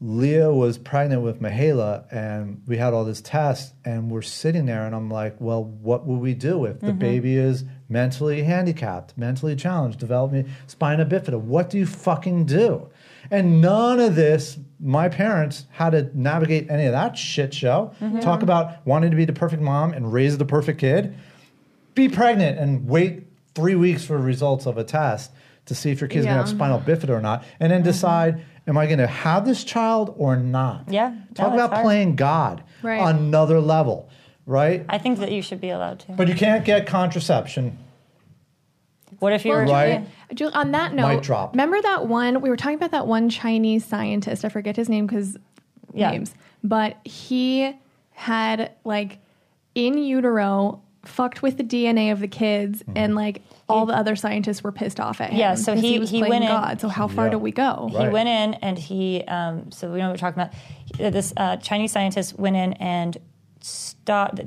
Leah was pregnant with Mahela, and we had all this test, and we're sitting there, and I'm like, well, what will we do if the baby is mentally handicapped, mentally challenged, development spina bifida? What do you fucking do? And none of this, my parents had to navigate any of that shit show. Talk about wanting to be the perfect mom and raise the perfect kid be pregnant and wait three weeks for results of a test to see if your kid's gonna have Yeah. spinal bifida or not, Mm-hmm. and then decide, am I gonna have this child or not? Yeah. Talk No, it's about hard. playing God Right. another level, right? I think that you should be allowed to. But you can't get contraception. what if you're Well, Right. Ju- on that note, Mic drop. remember that one we were talking about that one Chinese scientist. I forget his name because Yeah. names, but he had like in utero fucked with the DNA of the kids, Mm-hmm. and like all the other scientists were pissed off at him. Yeah, so 'cause he- was he playing went in- God. So how far Yeah. do we go? Right. He went in and he, um, so we know what we're talking about. He- This uh, Chinese scientist went in and stopped. uh,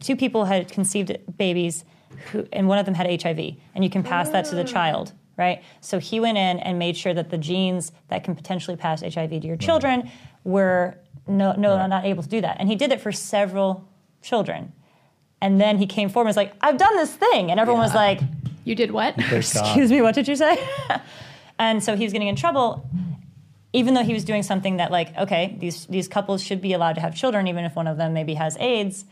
Two people had conceived babies, who, and one of them had HIV, and you can pass that to the child, right? So he went in and made sure that the genes that can potentially pass HIV to your children were no, no, not able to do that. And he did it for several children. And then he came forward and was like, I've done this thing. And everyone was like, You did what? Thank God. excuse me, what did you say? and so he was getting in trouble, even though he was doing something that, like, okay, these these couples should be allowed to have children, even if one of them maybe has AIDS.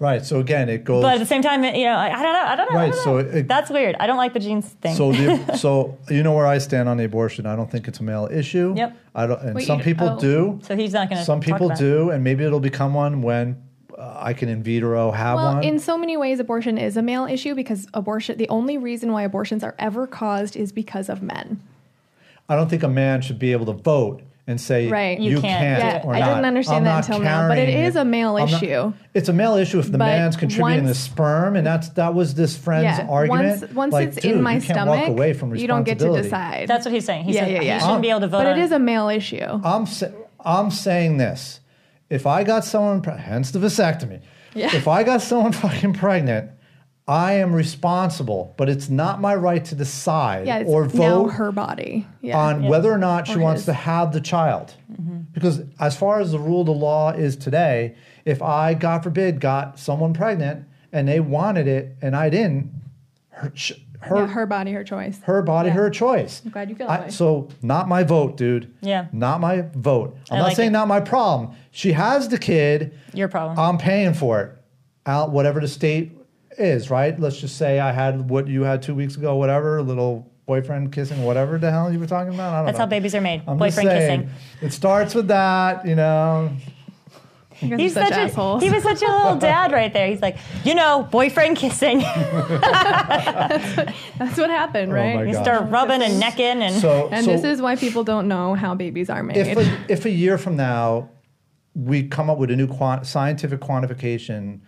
Right. So again, it goes. But at the same time, you know, I, I don't know, I don't know. I Right, don't so know. it- that's weird. I don't like the genes thing. So, the, so you know where I stand on the abortion. I don't think it's a male issue. Yep. I don't, and Wait, some you- people oh. do. So he's not going to. Some people do, and maybe it'll become one when uh, I can in vitro have Well, one. in so many ways, abortion is a male issue because abortion, the only reason why abortions are ever caused is because of men. I don't think a man should be able to vote and say Right. you, You can't. can't Yeah, or I not. didn't understand I'm that not until now, but it carrying is a male not- issue. it's a male issue if the But man's contributing the once- sperm, and that's that was this friend's yeah. argument. Once, once Like, it's dude, in my you can't stomach, walk away from you don't get to responsibility. decide. That's what he's saying. He Yeah, said yeah, yeah. he shouldn't be able to vote. but it on- is a male issue. I'm sa- I'm saying this. If I got someone, pre- hence the vasectomy. If I got someone fucking pregnant, I am responsible, but it's not my right to decide Yeah, it's or now vote her body. Yeah. on whether or not she Or wants his. Mm-hmm. to have the child. Because as far as the rule of the law is today, if I, God forbid, got someone pregnant and they wanted it and I didn't, her ch- her yeah, her body, her choice. her body, Yeah. her choice. I'm glad you feel I, that way. So not my vote, dude. Yeah. Not my vote. I'm I not like saying it. not my problem. She has the kid. Your problem. I'm paying for it. Out whatever the state is, right? Let's just say I had what you had two weeks ago, whatever, little boyfriend kissing, whatever the hell you were talking about. I don't That's know. how babies are made. I'm just Boyfriend saying, kissing. It starts with that, you know. You guys are He's such, such assholes. a, he was such a little dad right there. He's like, you know, boyfriend kissing. Oh That's what happened, right? my you Gosh. start rubbing and necking and So And so this is why people don't know how babies are made. if a, if a year from now we come up with a new quant- scientific quantification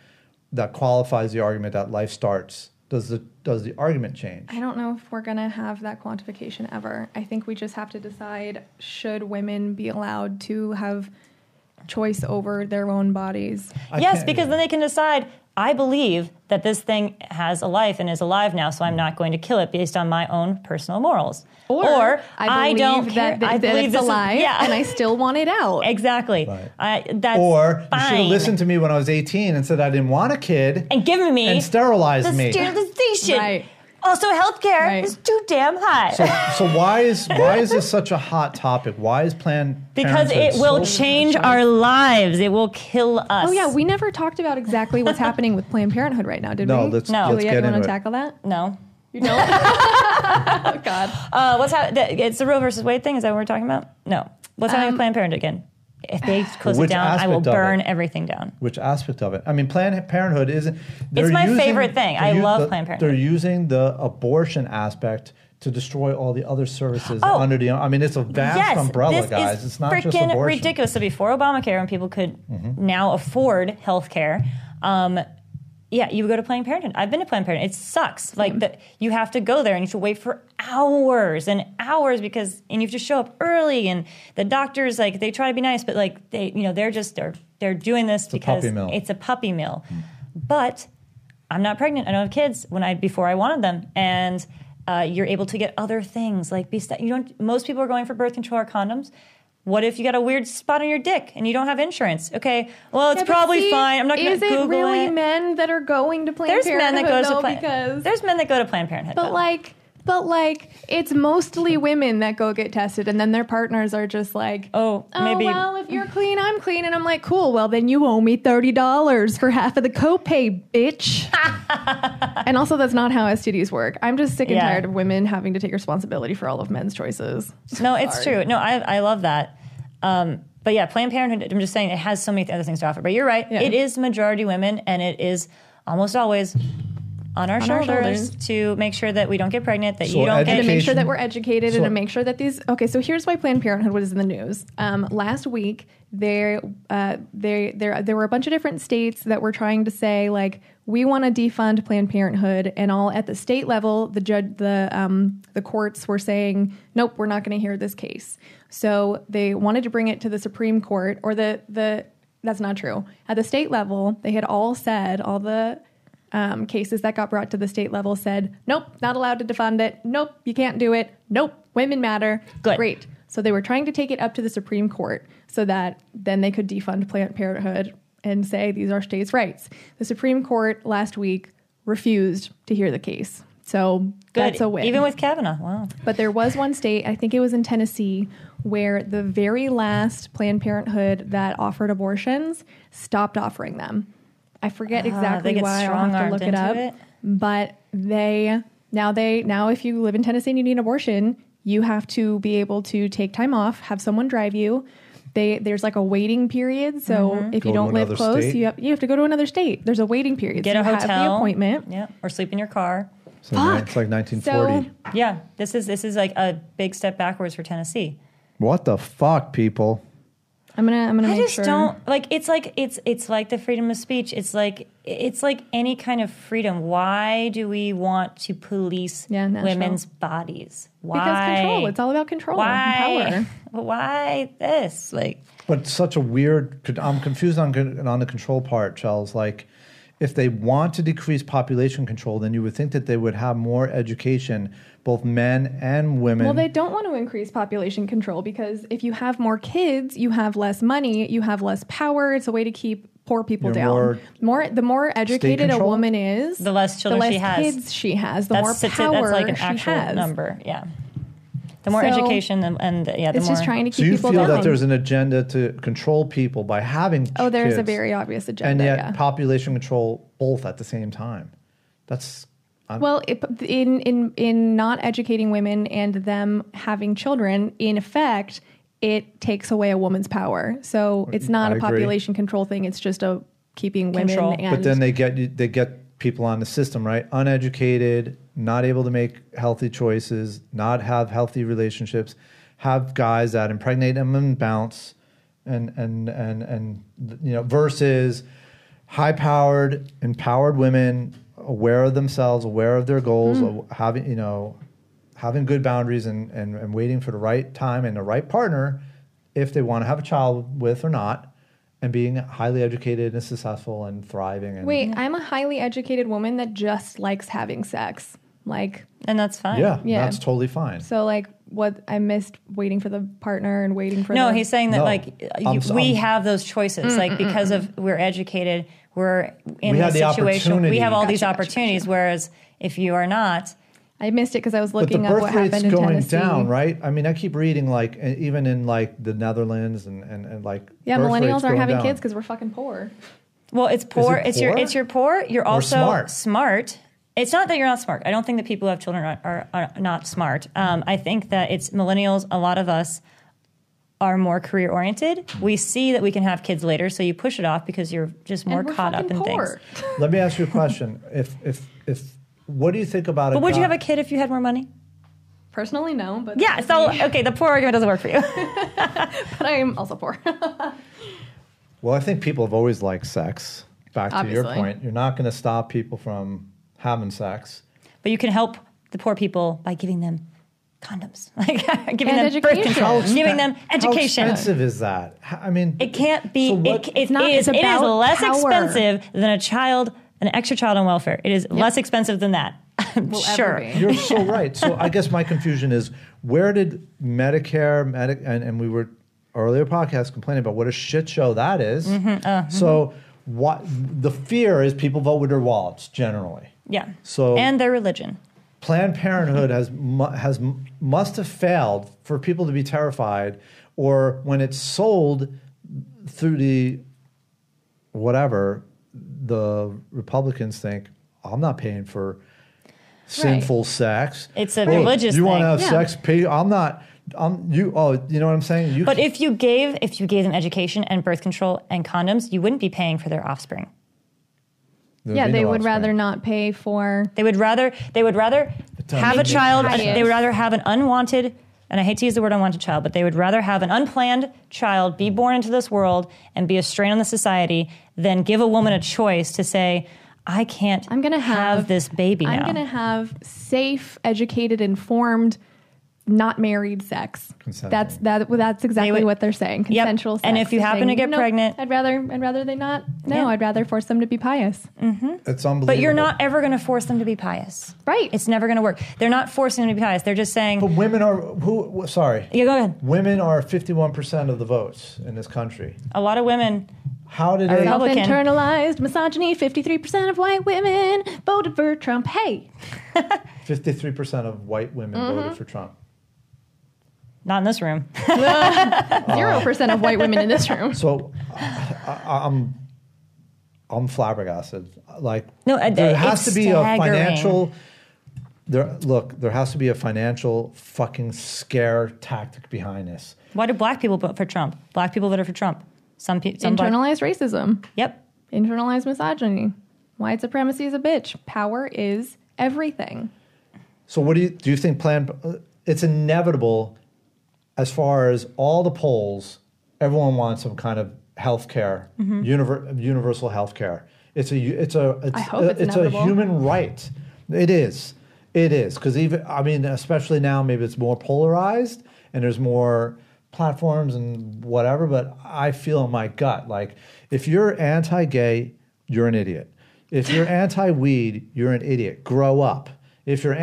that qualifies the argument that life starts, does the does the argument change? I don't know if we're going to have that quantification ever. I think we just have to decide should women be allowed to have choice over their own bodies? I yes, can't- because then they can decide. I believe that this thing has a life and is alive now, so I'm not going to kill it based on my own personal morals. I believe don't care. that, th- I that believe it's this is- alive yeah, and I still want it out. exactly. Right. I, that's or you should fine. have listened to me when I was 18 and said I didn't want a kid and given me and sterilized the me. sterilization. Right. Also, healthcare Right. is too damn high. so, so why is why is this such a hot topic? Why is Planned because it Parenthood will so- change our lives. It will kill us. Oh yeah, we never talked about exactly what's happening with Planned Parenthood right now, did No, we? let's, No. Oh, let's Juliet, get you want into to it. tackle that? no. You don't? oh God. Uh, what's happening? It's the Roe versus Wade thing. Is that what we're talking about? No. What's happening with Planned Parenthood again? If they close it Which down, I will aspect of it? burn everything down. Which aspect of it? I mean, Planned Parenthood isn't. they're my favorite thing. I they're u- love the- Planned Parenthood. They're using the abortion aspect to destroy all the other services Oh. under the. I mean, it's a vast yes, umbrella, this guys. is it's not just freaking abortion. Mm-hmm. ridiculous. So before Obamacare, when people could now afford health care, um, yeah, you would go to Planned Parenthood. I've been to Planned Parenthood. It sucks. Like the, you have to go there and you have to wait for hours and hours because and you have to show up early and the doctors like they try to be nice, but like they you know they're just they're they're doing this a because puppy mill. it's a puppy mill. But I'm not pregnant. I don't have kids when I before I wanted them, and uh, you're able to get other things like be st- you don't. Most people are going for birth control or condoms. What if you got a weird spot on your dick and you don't have insurance? Okay, well it's Yeah, but probably see, fine. I'm not going Is to it Google really it. men that are going to Planned There's men Parenthood that goes though, to Planned. because There's men that go to Planned Parenthood. but though. like But like, it's mostly women that go get tested, and then their partners are just like, Oh, "Oh, maybe well, if you're clean, I'm clean," and I'm like, "Cool. Well, then you owe me thirty dollars for half of the copay, bitch." and also, that's not how STDs work. I'm just sick and Yeah. tired of women having to take responsibility for all of men's choices. No, it's true. No, I, I love that. Um, but yeah, Planned Parenthood, I'm just saying it has so many other things to offer. But you're right. Yeah. It is majority women, and it is almost always on our, our shoulders, to make sure that we don't get pregnant, that So you don't get and to make sure Education. that we're educated So- and to make sure that these okay so here's why planned parenthood was in the news um, last week there uh, there there there were a bunch of different states that were trying to say like we want to defund planned parenthood and all at the state level the judge the um, the courts were saying nope we're not going to hear this case so they wanted to bring it to the supreme court or the the that's not true at the state level they had all said all the um, cases that got brought to the state level said, nope, not allowed to defund it. Nope, you can't do it. Nope, women matter. Good. Great. So they were trying to take it up to the Supreme Court so that then they could defund Planned Parenthood and say these are states' rights. The Supreme Court last week refused to hear the case. So good. that's a win. Even with Kavanaugh. Wow. But there was one state, I think it was in Tennessee, where the very last Planned Parenthood that offered abortions stopped offering them. I forget exactly Ah, get why. I'll have to strong-armed look it into up. it? But they now they now if you live in Tennessee and you need an abortion, you have to be able to take time off, have someone drive you. They, there's like a waiting period, so Mm-hmm. if Go you to don't live another close, state? you have, you have to go to another state. There's a waiting period. Get so a you hotel. have the appointment. Yeah. Or sleep in your car. So now Fuck. it's like 1940. So- Yeah. This is this is like a big step backwards for Tennessee. what the fuck, people? I'm gonna I'm gonna I make just sure. don't like it's like it's it's like the freedom of speech. It's like it's like any kind of freedom. Why do we want to police Yeah, national. women's bodies? Why? Because control. It's all about control. And why? power. Why this? Like But such a weird. I'm confused on on the control part, Charles. Like, if they want to decrease population control, then you would think that they would have more education, both men and women. Well, they don't want to increase population control because if you have more kids, you have less money, you have less power. It's a way to keep poor people You're down. more More, the more educated a control? woman is, The less children the less she has. kids she has, the that's more stati- power that's like an she actual has. number. Yeah. The more So- education and, and yeah, the It's more just trying to so keep you people feel down. that there's an agenda to control people by having oh, there's a kids, very obvious and agenda. yet yeah. population control both at the same time. That's Well, it, in in in not educating women and them having children, in effect, it takes away a woman's power. So it's not Mm, I a agree. population control thing. It's just a keeping women Control. and but then they get they get people on the system right uneducated not able to make healthy choices not have healthy relationships have guys that impregnate them and bounce and and and and you know versus high powered empowered women aware of themselves aware of their goals of having you know having good boundaries and, and and waiting for the right time and the right partner if they want to have a child with or not and being highly educated and successful and thriving and Wait, I'm a highly educated woman that just likes having sex. Like, and that's fine. yeah, uh, Yeah. that's totally fine so, like, what I missed waiting for the partner and waiting for No, the, Mm, he's saying that No. like I'm you, s- we I'm- have those choices, like because of we're educated, we're in We this had the situation. We have all opportunity. these Gotcha, gotcha, opportunities, whereas if you are not, I missed it because I was but the looking up birth what rate's happened in going Tennessee. down right i mean i keep reading like e- even in like the netherlands and and, and like Yeah, birth millennials rates aren't going having down. kids because we're fucking poor. well, it's poor. it It's your poor? it's your poor. You're also smart? smart. It's not that you're not smart. I don't think that people who have children are, are, are not smart. Um, I think that it's millennials. A lot of us are more career oriented. We see that we can have kids later, so you push it off because you're just more and we're caught up fucking in poor. things. let me ask you a question if if if what do you think about But would you have a kid if you had more money? Personally, no, but Yeah. So okay, the poor argument doesn't work for you. but I am also poor. Well, I think people have always liked sex. Back to your Obviously. point, you're not going to stop people from having sex. But you can help the poor people by giving them condoms, like giving And them education. birth control, How giving them How education. expensive is that? H- I mean, It can't be. So it, what- it, It's not- it is, it's it is about less power. expensive than a child, an extra child on welfare. It is less expensive than that. I'm Will ever sure. be. you're so right. So I guess my confusion is where did Medicare, Medi- and, and we were earlier podcast complaining about what a shit show that is. so what the fear is people vote with their wallets generally. Yeah. So- and their religion. Planned Parenthood has mu- has must have failed for people to be terrified, or when it's sold through the whatever, the Republicans think I'm not paying for sinful sex. It's a Oh, religious You want to thing. have Yeah. sex? Pay. I'm not. I'm you. Oh, you know what I'm saying? You But if you gave if you gave them education and birth control and condoms, you wouldn't be paying for their offspring. there'd Yeah, be they no would offspring. rather not pay for. They would rather they would rather doesn't have a make child. sense. They would rather have an unwanted and I hate to use the word unwanted child, but they would rather have an unplanned child be born into this world and be a strain on the society than give a woman a choice to say, I can't I'm gonna have, this baby I'm now. gonna have safe, educated, informed, not married sex. Consenting. That's that. well, That's exactly would- what they're saying. Consensual. sex. And if you They're happen to saying, get "Nope, pregnant- I'd rather. I'd rather they not. No, Yeah. I'd rather force them to be pious. It's unbelievable. but you're not ever gonna force them to be pious. Right. It's never gonna work. They're not forcing them to be pious. They're just saying But women are who? wh- Sorry. Yeah, go ahead. Women are 51% of the votes in this country. A lot of women How did they? Republican. Self-internalized misogyny. Fifty-three percent of white women voted for Trump. Hey, 53% of white women Mm-hmm. voted for Trump. not in this room. zero percent of white women in this room. So I, I, I'm, I'm flabbergasted. Like No, it- there it's has to be a staggering. financial. There, look, there has to be a financial fucking scare tactic behind this. Why do black people vote for Trump? Black people voted for Trump. Some people. Some black- Internalized racism. yep. Internalized misogyny. White supremacy is a bitch. Power is everything. So what do you do? You think plan? It's inevitable, as far as all the polls. Everyone wants some kind of health care, Mm-hmm. univer- universal health care. It's a it's a it's, hope a- it's a inevitable. human right. It is, it is because even I mean especially now maybe it's more polarized and there's more platforms and whatever. But I feel in my gut like if you're anti-gay, you're an idiot. If you're anti-weed, you're an idiot. Grow up. If you're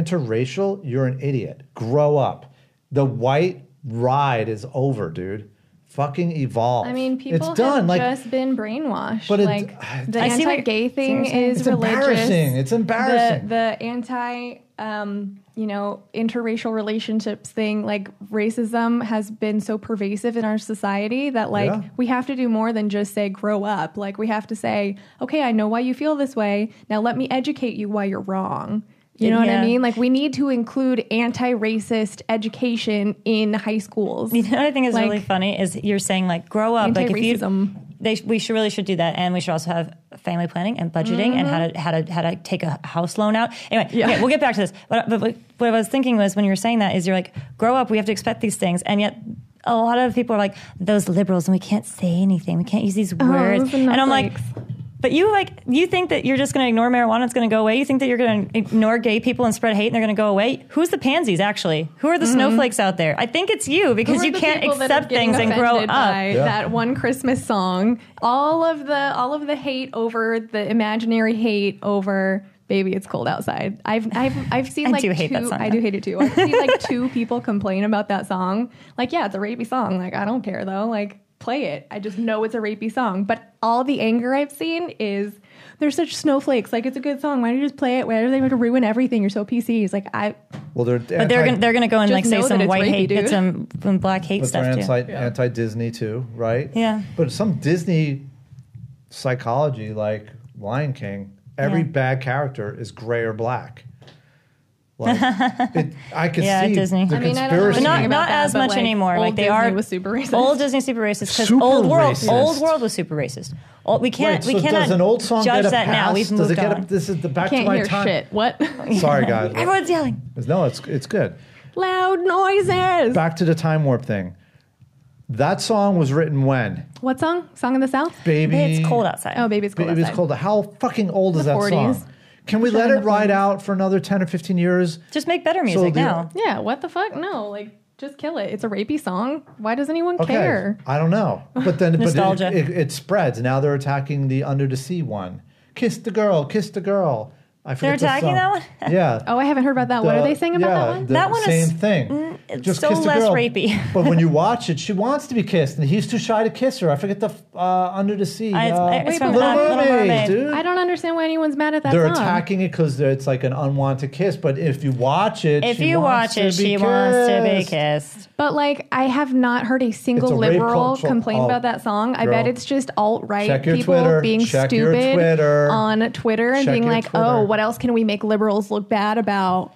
anti-interracial, you're an idiot. Grow up. The white ride is over, dude. Fucking evolve. I mean, people it's have done. like just been brainwashed. But it- like the I see what- anti-gay thing seriously. is it's religious. embarrassing. It's The, embarrassing. the anti, um, you know, interracial relationships thing, like racism has been so pervasive in our society that like Yeah. we have to do more than just say grow up. Like we have to say, okay, I know why you feel this way. Now let me educate you why you're wrong. You know what Yeah. I mean? Like we need to include anti-racist education in high schools. You know what I think is Like- really funny is you're saying like grow up. Like if you, Anti-racism. they sh- we should really should do that, and we should also have family planning and budgeting and how to how to how to take a house loan out. Anyway, okay, we'll get back to this. But, but, but what I was thinking was when you were saying that is you're like grow up. We have to expect these things, and yet. A lot of people are like those liberals, and we can't say anything. We can't use these Oh, words. those are and I'm like, nutbags. But you like you think that you're just going to ignore marijuana? It's going to go away. You think that you're going to ignore gay people and spread hate and they're going to go away? Who's the pansies actually? Who are the snowflakes out there? I think it's you Mm-hmm. Who because are you the can't people that are accept getting things and grow offended up. by Yeah. That one Christmas song, all of the all of the hate over the imaginary hate over "Baby It's Cold Outside." I've I've I've seen I like do hate two, that song, I yeah. do hate it too. I've seen like two people complain about that song. Like, yeah, it's a rapey song. Like, I don't care though. Like, play it. I just know it's a rapey song. But all the anger I've seen is. They're such snowflakes. Like it's a good song. Why don't you just play it? Why do they have to ruin everything? You're so PC. He's like, I well, they're But they're gonna, they're going to go and Just like say know some that it's white rapey, hate, and dude. some, some black hate But stuff they're too. anti, anti-Disney too, right? Yeah. But some Disney psychology, like Lion King, every Yeah. bad character is gray or black. Like, it, I could Yeah, see Disney. the I mean, I don't know conspiracy. But not about not that, as but, much like, anymore. old Like they Disney are was super racist. Old Disney super racist because Super old world racist. old world was super racist. Old, we Right, can't so we cannot does an old song judge get a that now. pass? We've does moved it get on. A, this is the back to can't my hear time. shit. What? Sorry, guys. Everyone's yelling. no, it's it's good. Loud noises. Back to the time warp thing. That song was written when? What song? Song of the South? Baby, It's cold outside. Oh, Baby It's Cold Baby, it's Outside. cold. How fucking old is The that song? 40s. Can we Sure, let in it the ride out for another ten or fifteen years? Just make better music the- now. Yeah, what the fuck? No, like, just kill it. It's a rapey song. Why does anyone Okay. care? I don't know. But then but it, Nostalgia. it, it spreads. Now they're attacking the Under the Sea one. Kiss the girl, kiss the girl. I They're forget the attacking song. that one? Yeah. Oh, I haven't heard about that. what are the- they saying about yeah, that one? The That one same is- thing. it's so kiss the less girl. rapey. but when you watch it, she wants to be kissed, and he's too shy to kiss her. I forget the f- uh, Under the Sea. I- it's- uh, it's Wait, from, Little, uh, Mermaid, Little Mermaid. dude. I don't understand why anyone's mad at that. they're song. attacking it because it's like an unwanted kiss. But if you watch it, If she you wants watch it, to be she wants to be kissed. kissed. But like, I have not heard a single It's a rape liberal culture. complain Oh, about that song. I girl. bet it's just alt right Check your people Twitter. being Check your stupid Twitter. on Twitter and Check being your like, Twitter. "Oh, what else can we make liberals look bad about?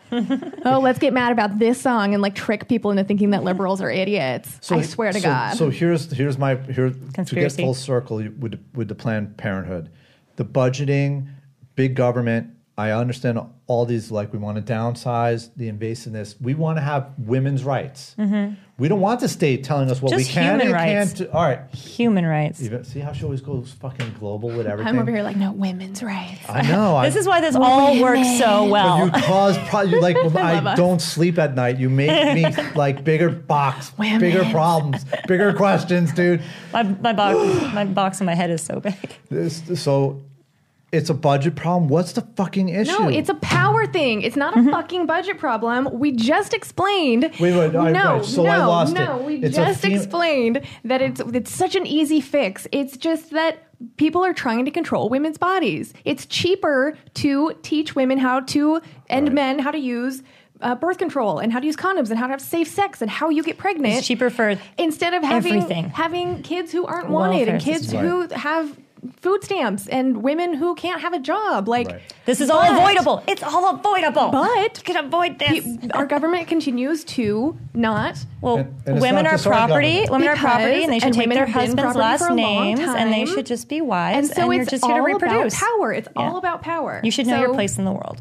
oh, let's get mad about this song and like trick people into thinking that liberals are idiots." I swear to so- God. So here's here's my here to get Conspiracy. full circle you- with with the Planned Parenthood, the budgeting, big government. I understand all these like we want to downsize the invasiveness. We want to have women's rights. We don't want the state telling us what Mm-hmm. Just we can human and rights. can't. do. All right, Human rights. Even- see how she always goes fucking global with everything. I'm over here like, no, women's rights. I know. This I, is why this all works so well. you cause pro- you like I Oh. us. don't sleep at night. You make me like bigger box, Women. bigger problems, bigger questions, dude. my, my box, my box in my head is so big. This, so it's a budget problem. What's the fucking issue? No, it's a power thing. It's not a fucking budget problem. We just explained. Wait, wait, I- no, right, so no, I lost no. it. We It's a just fem- explained that it's it's such an easy fix. It's just that people are trying to control women's bodies. It's cheaper to teach women how to and Right. men how to use. Uh, birth control and how to use condoms and how to have safe sex and how you get pregnant. It's cheaper for instead of having everything. having kids who aren't Welfare wanted and system. kids who have food stamps and women who can't have a job. Like Right. This is all But- avoidable. It's all avoidable. But- you can avoid this. pe- our government continues to not. well, And- and it's women not are just our property. government. Women are property, Because- and they should and take women their have been husband's property for last a long names, and they time. should just be wives. And so you're it's just all here to reproduce. about power. It's Yeah. all about power. You should know So- your place in the world.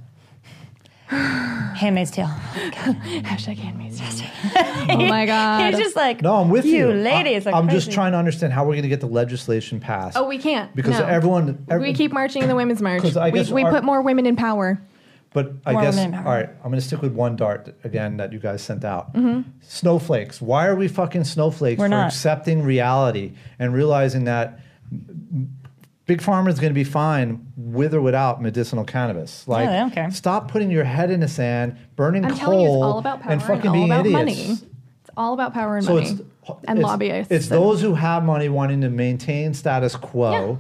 Handmaid's Tale. Hashtag handmaids. oh my god. It's just like no, I'm with you. ladies. I, are am just crazy. trying to understand how we're going to get the legislation passed. oh, we can't because No. everyone, every, we keep marching in the women's march. 'Cause I We- guess we our- put more women in power. But I More guess women all empowerment. right. I'm going to stick with one dart th- again that you guys sent out. Snowflakes. Why are we fucking snowflakes Mm-hmm. We're for not. accepting reality and realizing that m- big pharma is going to be fine with or without medicinal cannabis? Like, they don't care. stop putting your head in the sand, burning I'm coal, telling you, it's all about power and and, fucking all being about idiots. money. It's all about power and So money it's and it's, lobbyists. It's and- those who have money wanting to maintain status quo,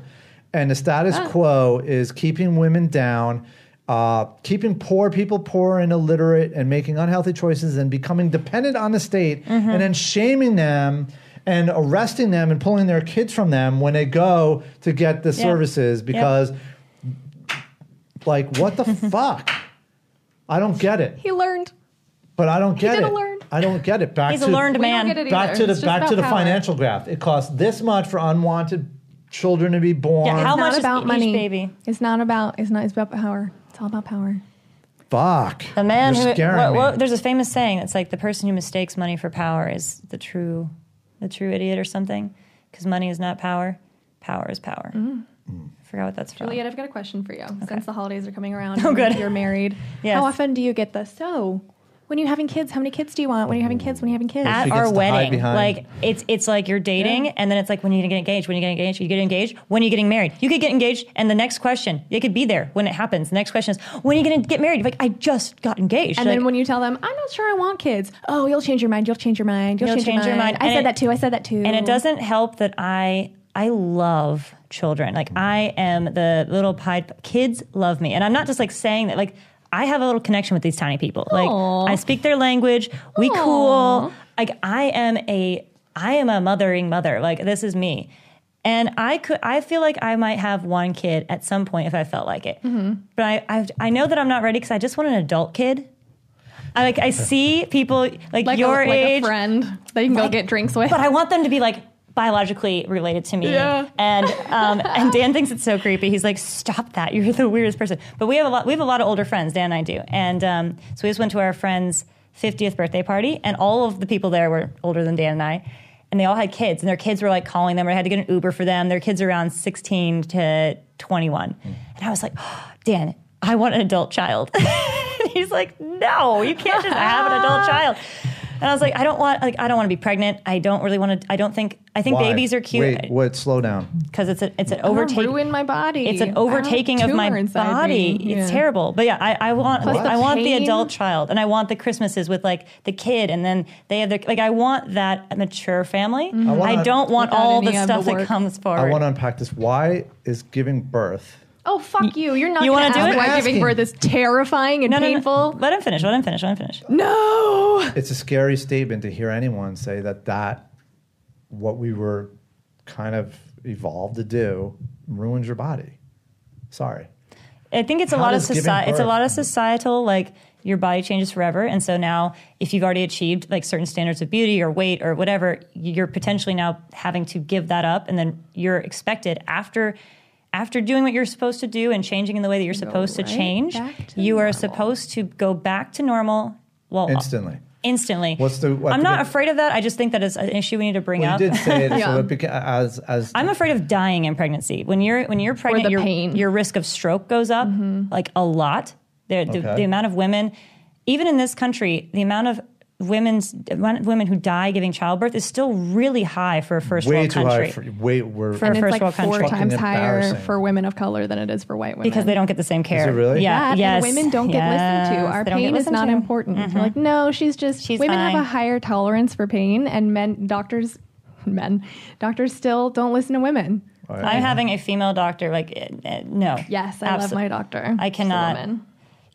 and the status Yeah. quo is keeping women down. Uh, keeping poor people poor and illiterate and making unhealthy choices and becoming dependent on the state Mm-hmm. and then shaming them and arresting them and pulling their kids from them when they go to get the services because like what the fuck i don't get it he learned. but i don't get did it learn. i don't get it back He's to a learned We don't man. get it back either. to the It's just back to about the power. financial graph. It costs this much for unwanted children to be born. Yeah, how- It's much not is about each money. baby? It's not about. It's not. It's about power. It's all about power. Fuck. The man You're who scaring what, what- me. there's a famous saying that's like the person who mistakes money for power is the true, the true idiot or something, because money is not power, power is power. Mm. I forgot what that's from. Juliet, I've got a question for you. Since the holidays are coming around, Oh, good. You're married. Yes. How often do you get the so? When are you having kids? How many kids do you want? When are you having kids? When are you having kids? At gets to our hide wedding, behind- like it's it's like you're dating, and then it's like when are you gonna get engaged? When are you gonna get engaged? You get engaged. When are you getting married? You could get engaged, and the next question, it could be there when it happens. The next question is when are you gonna get married? You're like I just got engaged. and Like, then when you tell them, I'm not sure I want kids. Oh, you'll change your mind. You'll change your mind. You'll, change, your mind. I And said it- that too. I said that too. and it doesn't help that I I love children. Like I am the little pied kids love me, and I'm not just like saying that. Like I have a little connection with these tiny people. Aw. Like I speak their language. We Aw. cool. Like I am a I am a mothering mother. Like this is me. And I could, I feel like I might have one kid at some point if I felt like it. Mm-hmm. But I, I, I know that I'm not ready because I just want an adult kid. I like, I see people like, Like your a, like age, a friend that you can go Like- get drinks with. but I want them to be like biologically related to me. Yeah. And um, and Dan thinks it's so creepy. He's like, "Stop that! You're the weirdest person." But we have a lot. We have a lot of older friends. Dan and I do. And um, so we just went to our friend's 50th birthday party, and all of the people there were older than Dan and I. And they all had kids, and their kids were like calling them, or I had to get an Uber for them. Their kids are around 16 to 21. And I was like, Dan, I want an adult child. he's like, no, you can't just have an adult child. And I was like, I don't want, like, I don't want to be pregnant. I don't really want to. I don't think. I think Why? babies are cute Wait, wait, slow down. because it's a, it's an Over overtake. ruin my body. It's I an don't have a overtaking of my tumor inside body. me. It's Yeah. terrible. But yeah, I, I want Plus the I want the pain. adult child, and I want the Christmases with like the kid, and then they have the like. I want that mature family. I, wanna- don't want Without all the any of the stuff that work. comes forward. I want to unpack this. Why is giving birth? Oh fuck you! You're not. you going wanna to do it? Why Asking. giving birth is terrifying and No, no, no. painful? Let him finish. Let him finish. Let him finish. No. It's a scary statement to hear anyone say that that what we were kind of evolved to do ruins your body. Sorry. I think it's a How lot of does giving society. It's a birth- lot of societal like your body changes forever, and so now if you've already achieved like certain standards of beauty or weight or whatever, you're potentially now having to give that up, and then you're expected after after doing what you're supposed to do and changing in the way that you're supposed to right change, back to you are normal. supposed to go back to normal. Well, Instantly. instantly. What's the- what I'm the- not afraid of that. I just think that is an issue we need to bring Well, you up. did say it, so Yeah. it beca- as as I'm afraid of dying in pregnancy. When you're when you're pregnant, the your pain. Mm-hmm. your risk of stroke goes up like a lot. There, the, Okay. the amount of women, even in this country, the amount of women's the amount of women who die giving childbirth is still really high for a first way world too country. high. For, way we're For- And it's first like world four country. times Fucking higher embarrassing. for women of color than it is for white women. because they don't get the same care. it really? Yeah. that yes. and women don't get listened to. Yes, Our they don't get pain is listened not to. Mm-hmm. important. They're like, no, she's just She's women fine. have a higher tolerance for pain, and men doctors, men doctors still don't listen to women. I'm having a female doctor. Like, eh, eh, no. Yes, I love Absol- my doctor. I She's a cannot. woman.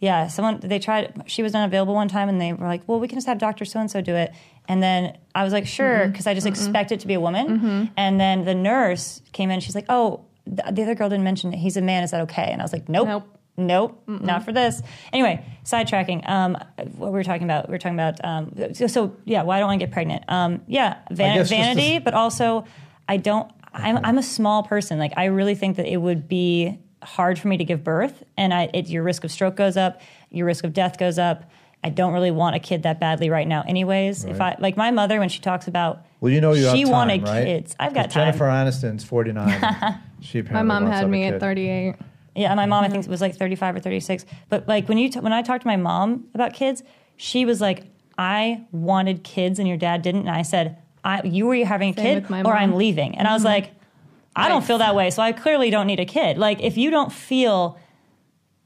Yeah, someone they tried. She was unavailable one time, and they were like, "Well, we can just have Doctor So and So do it." And then I was like, "Sure," because I just expect it to be a woman. And then the nurse came in. She's like, "Oh, th- the other girl didn't mention that he's a man. Is that okay?" And I was like, "Nope, nope, Nope. not for this." Anyway, sidetracking. Um, what we were talking about? We were talking about. Um, so, so, yeah, why don't I get pregnant? Um, yeah, guess van- just vanity, this- but also I don't. I'm I'm a small person. Like I really think that it would be hard for me to give birth, and I it, your risk of stroke goes up, your risk of death goes up. I don't really want a kid that badly right now, anyways. If I like my mother when she talks about, Well, you know you she have time, wanted right? kids. I've got 'Cause time. Jennifer Aniston's 49. she My mom apparently wants to have had a me at kid. 38. Yeah, my mom I Mm-hmm. think was like 35 or 36. But like when you t- when I talked to my mom about kids, she was like, "I wanted kids and your dad didn't." And I said, "I you were having a Same kid with my or mom. I'm Mm-hmm. leaving." And I was like, "I don't Right. feel that way, so I clearly don't need a kid." Like if you don't feel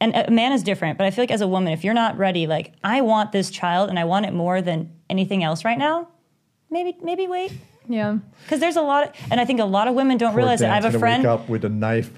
and a man is different, but I feel like as a woman, if you're not ready, like I want this child and I want it more than anything else right now, maybe maybe wait. Yeah. Because there's a lot, of, and I think a lot of women don't Poor realize that. I Dan's have a gonna friend. wake up with a knife.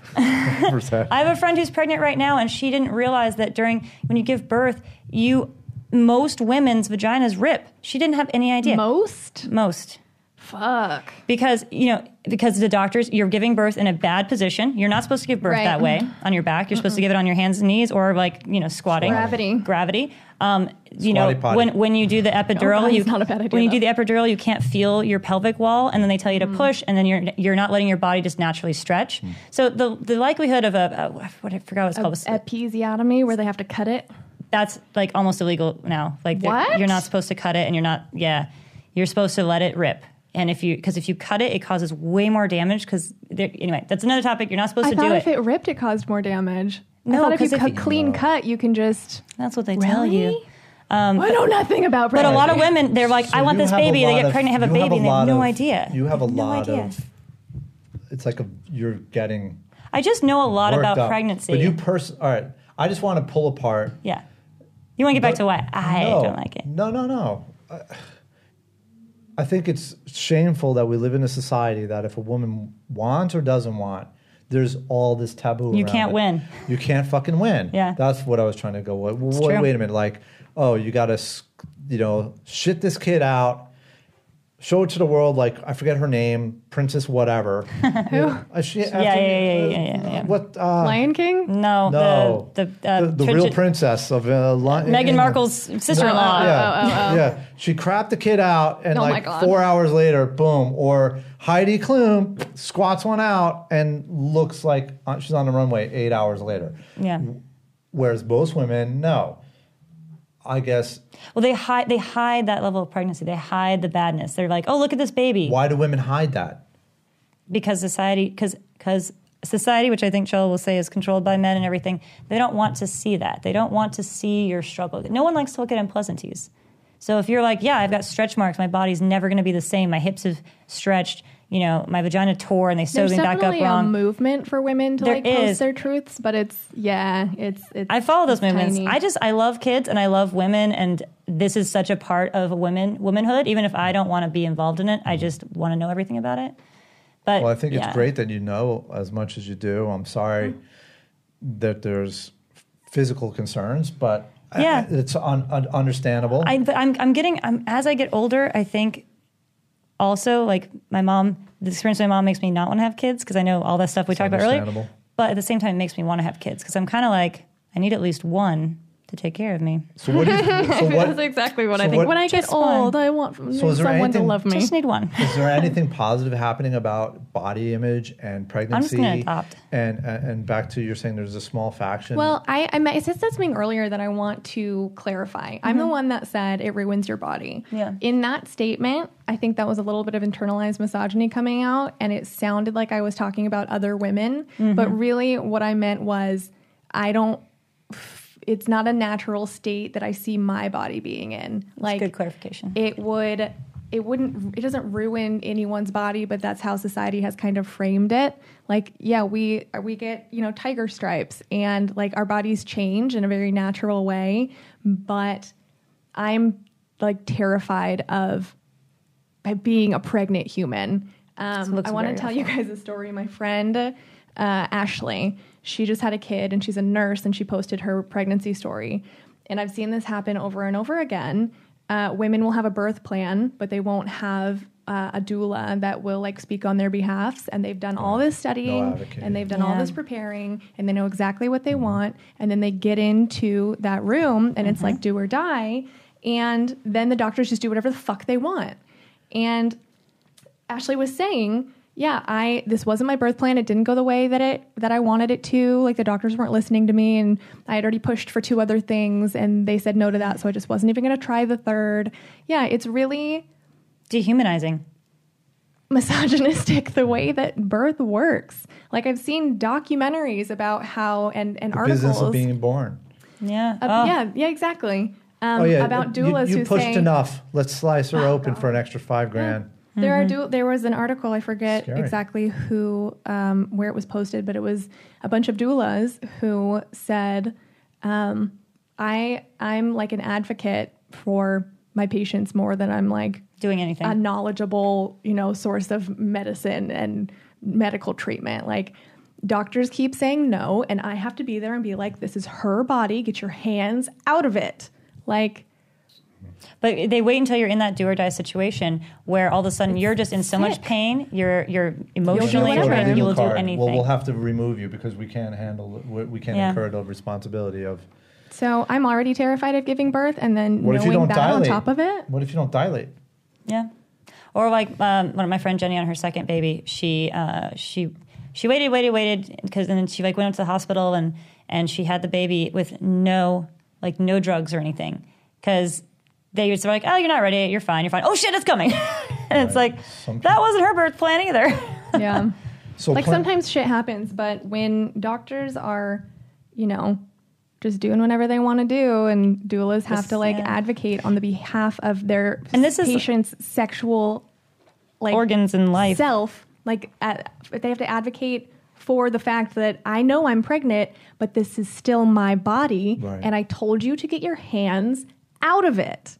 over his head. I have a friend who's pregnant right now, and she didn't realize that during when you give birth, you most women's vaginas rip. She didn't have any idea. Most? most. Fuck. Because you know, because the doctors, you're giving birth in a bad position. You're not supposed to give birth Right. Mm-hmm. that way on your back. You're supposed to give it on your hands and knees, or like you know, squatting. Gravity. Gravity. Um, you Squatty know, potty. when when you do the epidural, that's you not a bad idea, when you do though. Mm. the epidural, you can't feel your pelvic wall, and then they tell you to push, and then you're you're not letting your body just naturally stretch. Mm. So the the likelihood of a, a what I forgot what it's called. Episiotomy, where they have to cut it. that's like almost illegal now. Like they're- What? you're not supposed to cut it, and you're not. Yeah, you're supposed to let it rip. And if you because if you cut it, it causes way more damage. Because anyway, that's another topic. You're not supposed I to thought do if it. it. ripped, it caused more damage. No, I thought if 'cause you if cut you- clean cut, you can just. That's what they tell you. Really? I know nothing about But a lot of pregnancy. women, they're like, So I want you this have a baby. They lot get of- pregnant, have a you baby, and they lot have no of- idea. You have a No lot idea. of. It's like a you're getting I just know a lot worked about up. pregnancy. But you person, all right. I just want to pull apart. yeah, you want to get back to why I no, don't like it. No, no, no. I- I think it's shameful that we live in a society that if a woman wants or doesn't want, there's all this taboo. You around can't it. win. You can't fucking win. Yeah. that's what I was trying to go. Wait, true. wait, wait a minute. Like, oh, you got to, you know, shit this kid out. Show it to the world, like I forget her name, Princess whatever. uh, Who? Yeah, yeah, yeah, yeah, yeah, yeah. What? Uh, Lion King? No, no, the the, uh, the, real Bridget- princess of uh, Lion- Meghan England. Markle's sister-in-law. Yeah, yeah. She crapped the kid out, and Oh my like God. four hours later, boom. Or Heidi Klum squats one out and looks like uh, she's on the runway eight hours later. yeah. Whereas most women, no. I guess Well, they hide they hide that level of pregnancy. They hide the badness. They're like, oh, look at this baby, why do women hide that? because society because because society, which I think Joel will say is controlled by men and everything. They don't want to see that. They don't want to see your struggle. No one likes to look at unpleasanties. So if you're like, yeah, I've got stretch marks, my body's never going to be the same. My hips have stretched, you know, my vagina tore and they sewed There's me back up definitely a wrong. movement for women to There like is. post their truths, but it's yeah, it's it's. I follow those it's movements. tiny. I just I love kids and I love women and this is such a part of women womanhood. Even if I don't want to be involved in it, I just want to know everything about it. But Mm-hmm. Well, I think yeah. it's great that you know as much as you do. I'm sorry that there's physical concerns, but I- Yeah. it's un- un- understandable. I, but I'm, I'm getting, I'm, as I get older, I think also like my mom, the experience with my mom makes me not want to have kids because I know all that stuff we talked about earlier. understandable. But at the same time, it makes me want to have kids because I'm kind of like, I need at least one to take care of me. so what? Do you, so That's what? exactly what I so think. what- when I get Just one. old, I want from So is there someone to anything- love me. Just need one. Is there anything positive happening about body image and pregnancy? gonna adopt. And and and back to you're saying there's a small faction. Well, I, I, meant- I said something earlier that I want to clarify. I'm the one that said it ruins your body. Mm-hmm. Yeah. In that statement, I think that was a little bit of internalized misogyny coming out, and it sounded like I was talking about other women, Mm-hmm. but really what I meant was I don't. It's not a natural state that I see my body being in. Like Good clarification. it would it wouldn't it doesn't ruin anyone's body but that's how society has kind of framed it like yeah we we get you know tiger stripes and like our bodies change in a very natural way but i'm like terrified of by being a pregnant human. Um, looks I want to very tell you guys a story. My friend uh, Ashley, she just had a kid and she's a nurse and she posted her pregnancy story. And I've seen this happen over and over again. Uh, women will have a birth plan, but they won't have uh, a doula that will like speak on their behalfs. And they've done all this studying advocate. and they've done all Yeah. this preparing and they know exactly what they want and then they get into that room and it's like do or die and then the doctors just do whatever the fuck they want and ashley was saying yeah i this wasn't my birth plan it didn't go the way that it that i wanted it to like the doctors weren't listening to me and i had already pushed for two other things and they said no to that so i just wasn't even going to try the third yeah it's really Dehumanizing. misogynistic the way that birth works. Like I've seen documentaries about how and and the business articles. of being born. Yeah. uh, Oh. Yeah, yeah, exactly. Um, oh yeah, about you- doulas You, who pushed say Oh, enough. Let's slice her open for an extra five grand. there are dou- there was an article I forget Scary. exactly who um, where it was posted, but it was a bunch of doulas who said, um, "I I'm like an advocate for my patients more than I'm like Doing anything. a knowledgeable, you know, source of medicine and medical treatment. Like doctors keep saying no, and I have to be there and be like, this is her body. Get your hands out of it. Like But they wait until you're in that do or die situation where all of a sudden you're just in so much sick. pain, you're you're You'll emotionally whatever. drained, Legal you'll do card. anything. Well, we'll have to remove you because we can't handle. We we can't Yeah. incur the responsibility of. so I'm already terrified of giving birth and then What if you knowing don't that dilate? on top of it. What if you don't dilate? Yeah, or like um, one of my friend Jenny on her second baby, she uh, she she waited, waited, waited because then she like went up to the hospital and and she had the baby with no like no drugs or anything because they were like, oh, you're not ready, you're fine, you're fine. Oh shit, it's coming, and it's Right. like Some that people- wasn't her birth plan either. Yeah. So like plan- sometimes shit happens, but when doctors are, you know, just doing whatever they want to do, and doulas have to like yeah. advocate on the behalf of their And this is- patients' sexual like Organs and life. self like at, they have to advocate for the fact that I know I'm pregnant, but this is still my body, Right. and I told you to get your hands out of it.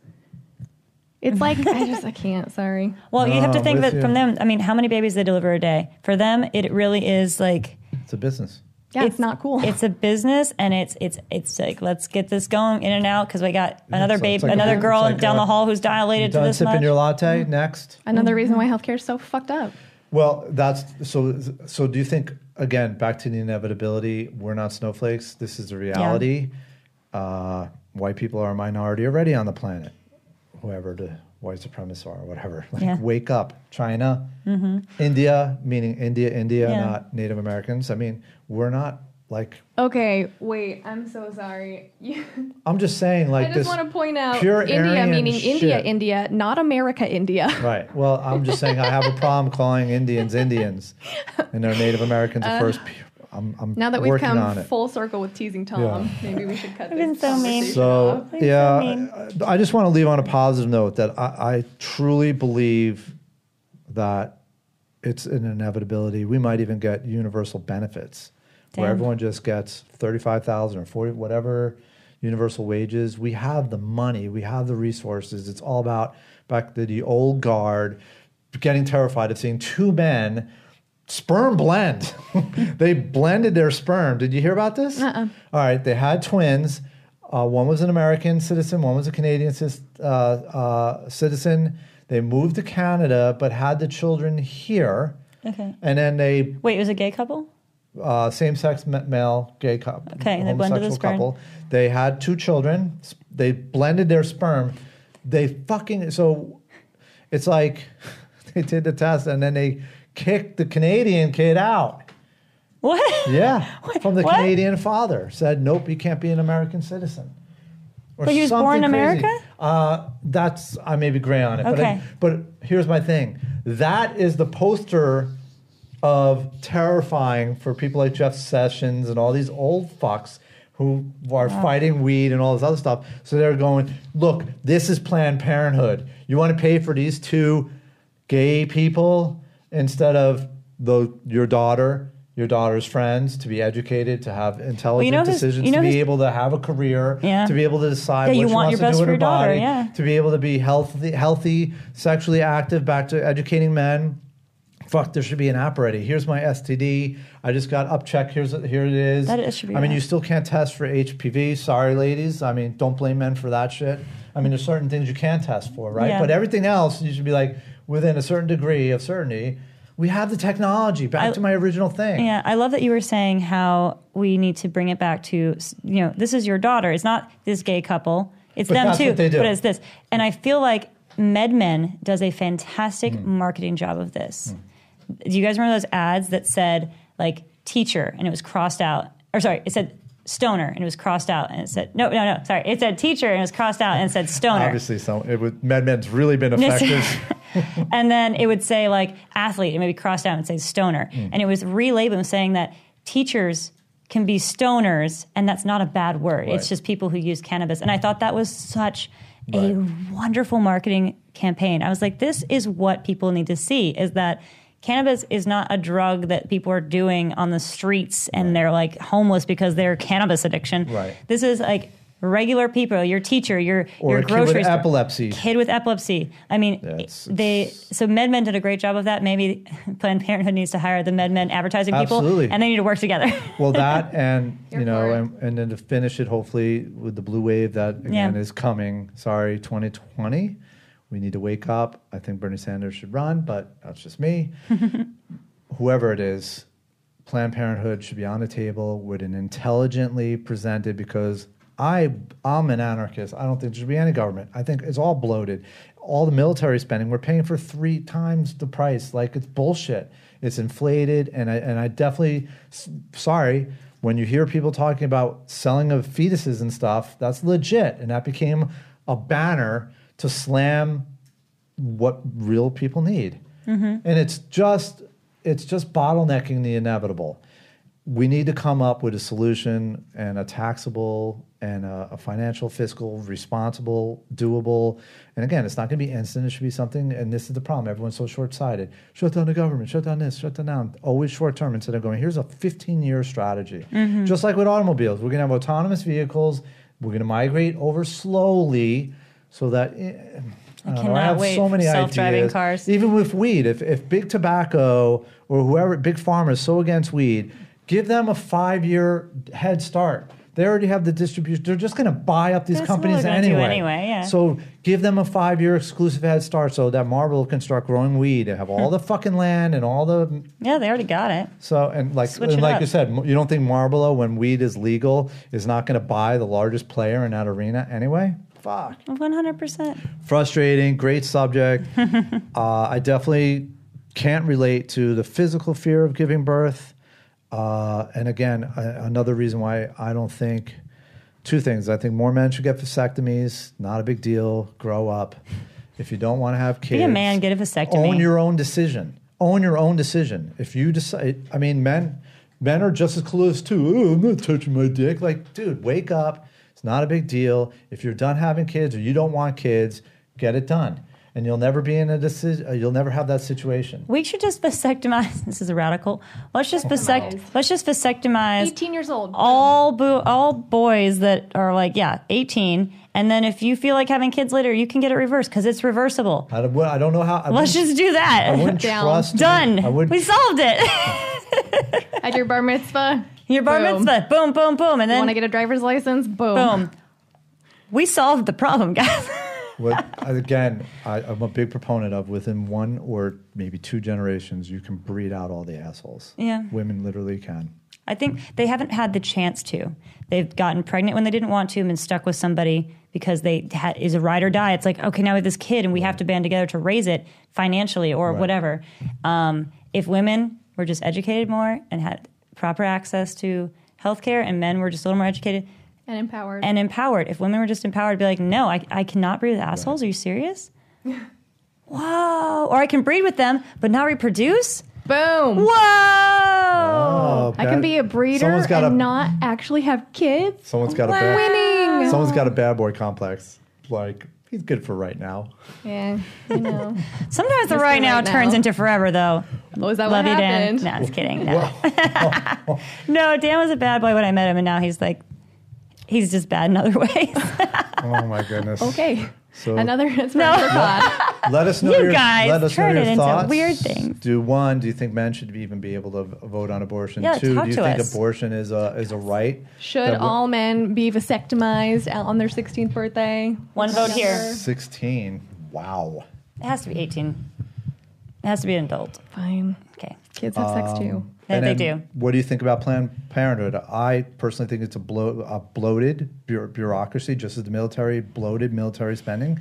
It's like I just I can't. Sorry. Well, you have No, to I'm think with that from you. them. I mean, how many babies they deliver a day? For them, it really is like it's a business. Yeah, it's, not cool. It's a business, and it's it's it's like let's get this going in and out because we got another it's like- babe, it's like another a- girl it's like down a- the hall who's You dilated to done this sipping much. your latte Mm-hmm. next. Another reason Mm-hmm. why healthcare is so fucked up. Well, that's so. So, do you think again back to the inevitability? We're not snowflakes. This is the reality. Uh, white people are a minority already on the planet. Whoever the white supremacists are, whatever. Like, Yeah. wake up, China, Mm-hmm. India, meaning India, India, Yeah. not Native Americans. I mean, we're not like. Okay, wait. I'm so sorry. You- I'm just saying, I like just this. want to point out pure India, Aryan meaning India, shit. India, not America, India. Right. Well, I'm just saying I have a problem calling Indians Indians, and they're Native Americans the first pu- I'm, I'm Uh, Now that we've working come on it. full circle with teasing Tom, Yeah. maybe we should cut been this so mean. conversation So off. Please yeah, don't mean. I I just want to leave on a positive note that I, I truly believe that it's an inevitability. We might even get universal benefits where Damn. everyone just gets thirty-five thousand or forty, whatever universal wages. We have the money, we have the resources. It's all about back to the old guard getting terrified of seeing two men sperm blend. they blended their sperm. Did you hear about this? Uh-uh. right, they had twins. Uh, one was an American citizen, one was a Canadian cis, uh, uh, citizen. They moved to Canada, but had the children here. Okay. And then they Wait, it was a gay couple? uh, same-sex ma- male gay couple, Okay, and they blended the homosexual sperm. couple. They had two children. S- They blended their sperm. They fucking so it's like they did the test and then they kicked the Canadian kid out. What? Yeah, What? from the What? Canadian father said, "Nope, you can't be an American citizen." Or But he was born in something crazy. America? Uh, that's I may be gray on it, but I- Okay. but here's my thing: that is the poster of terrifying for people like Jeff Sessions and all these old fucks who are fighting weed and all this other stuff. So they're going, "Look, this is Planned Parenthood. You want to pay for these two gay people instead of the your daughter." Your daughter's friends to be educated, to have intelligent know who's- decisions, you know to be who's- able to have a career, Yeah. to be able to decide Yeah, what you want she wants your to best do with for her your daughter, body, yeah. to be able to be healthy, healthy, sexually active, back to educating men. Fuck, there should be an app already. Here's my STD. I just got up check. Here's here it is. That is- should be I mean, an you app. still can't test for HPV. Sorry, ladies. I mean, don't blame men for that shit. I mean, there's certain things you can test for, right? Yeah. But everything else, you should be like within a certain degree of certainty. We have the technology. Back I- to my original thing. Yeah, I love that you were saying how we need to bring it back to you know this is your daughter. It's not this gay couple. It's But them that's too. what they do. But it's this, and I feel like MedMen does a fantastic Mm. marketing job of this. Do you guys remember those ads that said like teacher and it was crossed out, or sorry, it said stoner and it was crossed out, and it said no, no, no, sorry, it said teacher and it was crossed out and it said stoner. Obviously, so it would, Mad Men's really been Yes. effective. Mm-hmm. and then it would say like athlete and maybe crossed out and say stoner. Mm. And it was relabeling saying that teachers can be stoners and that's not a bad word. Right. It's just people who use cannabis. And I thought that was such a Right. wonderful marketing campaign. I was like, this is what people need to see is that cannabis is not a drug that people are doing on the streets and they're like homeless because they're cannabis addiction. Right. This is like regular people, your teacher, your Or your a kid with grocery store- epilepsy. kid with epilepsy. I mean, Yeah, it's- they so MedMen did a great job of that. Maybe Planned Parenthood needs to hire the MedMen advertising Absolutely. people, and they need to work together. well, that and Here you know, for it. and, and then to finish it, hopefully with the blue wave that Yeah. again is coming. Sorry, 2020. We need to wake up. I think Bernie Sanders should run, but that's just me. Whoever it is, Planned Parenthood should be on the table with an intelligently presented because I I'm an anarchist. I don't think there should be any government. I think it's all bloated. All the military spending, we're paying for three times the price. Like it's bullshit. It's inflated, and I and I definitely s- sorry when you hear people talking about selling of fetuses and stuff. That's legit, and that became a banner to slam what real people need. And it's just it's just bottlenecking the inevitable. We need to come up with a solution and a taxable and a, a financial, fiscal, responsible, doable. And again, it's not going to be instant. It should be something. And this is the problem. Everyone's so short sighted. Shut down the government. Shut down this. Shut down that. Always short term instead of going, here's a 15 year strategy. Just like with automobiles, we're going to have autonomous vehicles. We're going to migrate over slowly so that. eh, I, don't know, I cannot have wait so for many self-driving ideas. cars. Even with weed, if, if big tobacco or whoever, big pharma is so against weed, give them a five year head start. They already have the distribution. They're just going to buy up these That's what companies they're gonna do anyway. anyway, yeah. So give them a five year exclusive head start so that Marvel can start growing weed and have all the fucking land and all the yeah, they already got it. so and like Switch and it like up. you said, you don't think Marlboro, when weed is legal, is not going to buy the largest player in that arena anyway? Fuck One hundred percent. frustrating, great subject. uh, I definitely can't relate to the physical fear of giving birth. Uh, and again, a- another reason why I don't think two things. I think more men should get vasectomies. Not a big deal. Grow up. If you don't want to have kids, Be a man, get a vasectomy. Own your own decision. Own your own decision. If you decide, I mean, men, Men are just as clueless too. Oh, I'm not touching my dick. Like, dude, wake up. It's not a big deal. If you're done having kids or you don't want kids, get it done. And you'll never be in a decision. You'll never have that situation. We should just vasectomize. This is a radical. Let's just vasect. Vasectomize. Let's just vasectomize 18 years old. all bo- all boys that are like yeah 18 and then if you feel like having kids later you can get it reversed because it's reversible I don't, well, I don't know how. I let's just wouldn't- do I that wouldn't Down. trust. done I wouldn't we solved it At your bar mitzvah, your bar Boom. mitzvah boom boom boom and want to then get a driver's license? Boom. boom we solved the problem guys What, again, I, I'm a big proponent of within one or maybe two generations, you can breed out all the assholes. Yeah. Women literally can. i think they haven't had the chance to they've gotten pregnant when they didn't want to and been stuck with somebody because they had is a ride or die it's like okay now we have this kid and we have to band together to raise it financially or Right. whatever um, if women were just educated more and had proper access to healthcare and men were just a little more educated And empowered. and empowered if women were just empowered be like no i, I cannot breed with assholes are you serious whoa or i can breed with them but not reproduce boom. whoa I can be a breeder Oh, Someone's and got a, not actually have kids. Someone's got a bad. Winning. Someone's got a bad boy complex. Like he's good for right now. Yeah, you know. sometimes the Just right the now Oh, right turns now. into forever though Was that love what you dan happened? no i was kidding no. no dan was a bad boy when i met him and now he's like he's just bad in other ways Oh my goodness. Okay. So Another it's no. for pod. let us know You your guys let us turn know it your into thoughts. weird things. Do one, do you think men should even be able to v- vote on abortion? Yeah, Two, talk do you to think us. abortion is a is a right? Should That wo- all men be vasectomized out on their 16th birthday? one vote here sixteen? Wow. it has to be 18 it has to be an adult Fine. okay Kids have Um, sex too. Yeah, they then do. What do you think about Planned Parenthood? I personally think it's a, blo- a bloated bu- bureaucracy, just as the military, bloated military spending.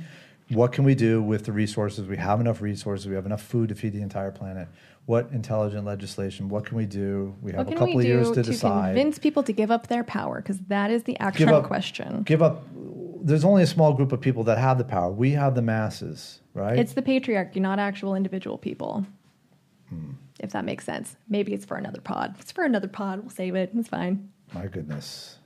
What can we do with the resources? We have enough resources. We have enough food to feed the entire planet. What intelligent legislation? What can we do? We have What a can couple we of do years to to decide. convince people to give up their power? Because that is the actual up- question. Give up. There's only a small group of people that have the power. We have the masses, right? It's the patriarchy, not actual individual people. Hmm. If that makes sense. Maybe it's for another pod. If it's for another pod. We'll save it. It's fine. My goodness.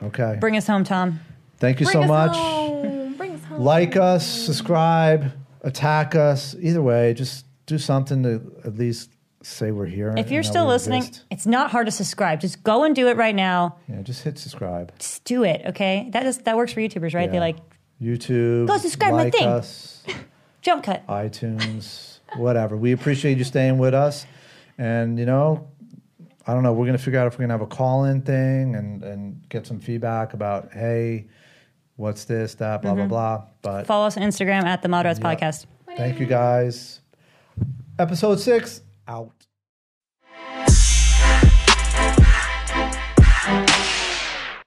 Okay. bring us home tom Thank you so us much. Home. Bring us home. like us, subscribe, attack us. Either way, just do something to at least say we're here. If and you're that still we listening, exist. it's not hard to subscribe. Just go and do it right now. yeah, just hit subscribe. Just do it, okay? That is that works for YouTubers, right? They Yeah. like YouTube. Go subscribe my like thing. us, jump cut. iTunes, whatever. We appreciate you staying with us, and you know. I don't know. We're gonna figure out if we're gonna have a call-in thing and, and get some feedback about hey, what's this, that, blah Mm-hmm. blah blah. But Follow us on Instagram at the Moderates Yeah. Podcast. thank you guys. Episode six out.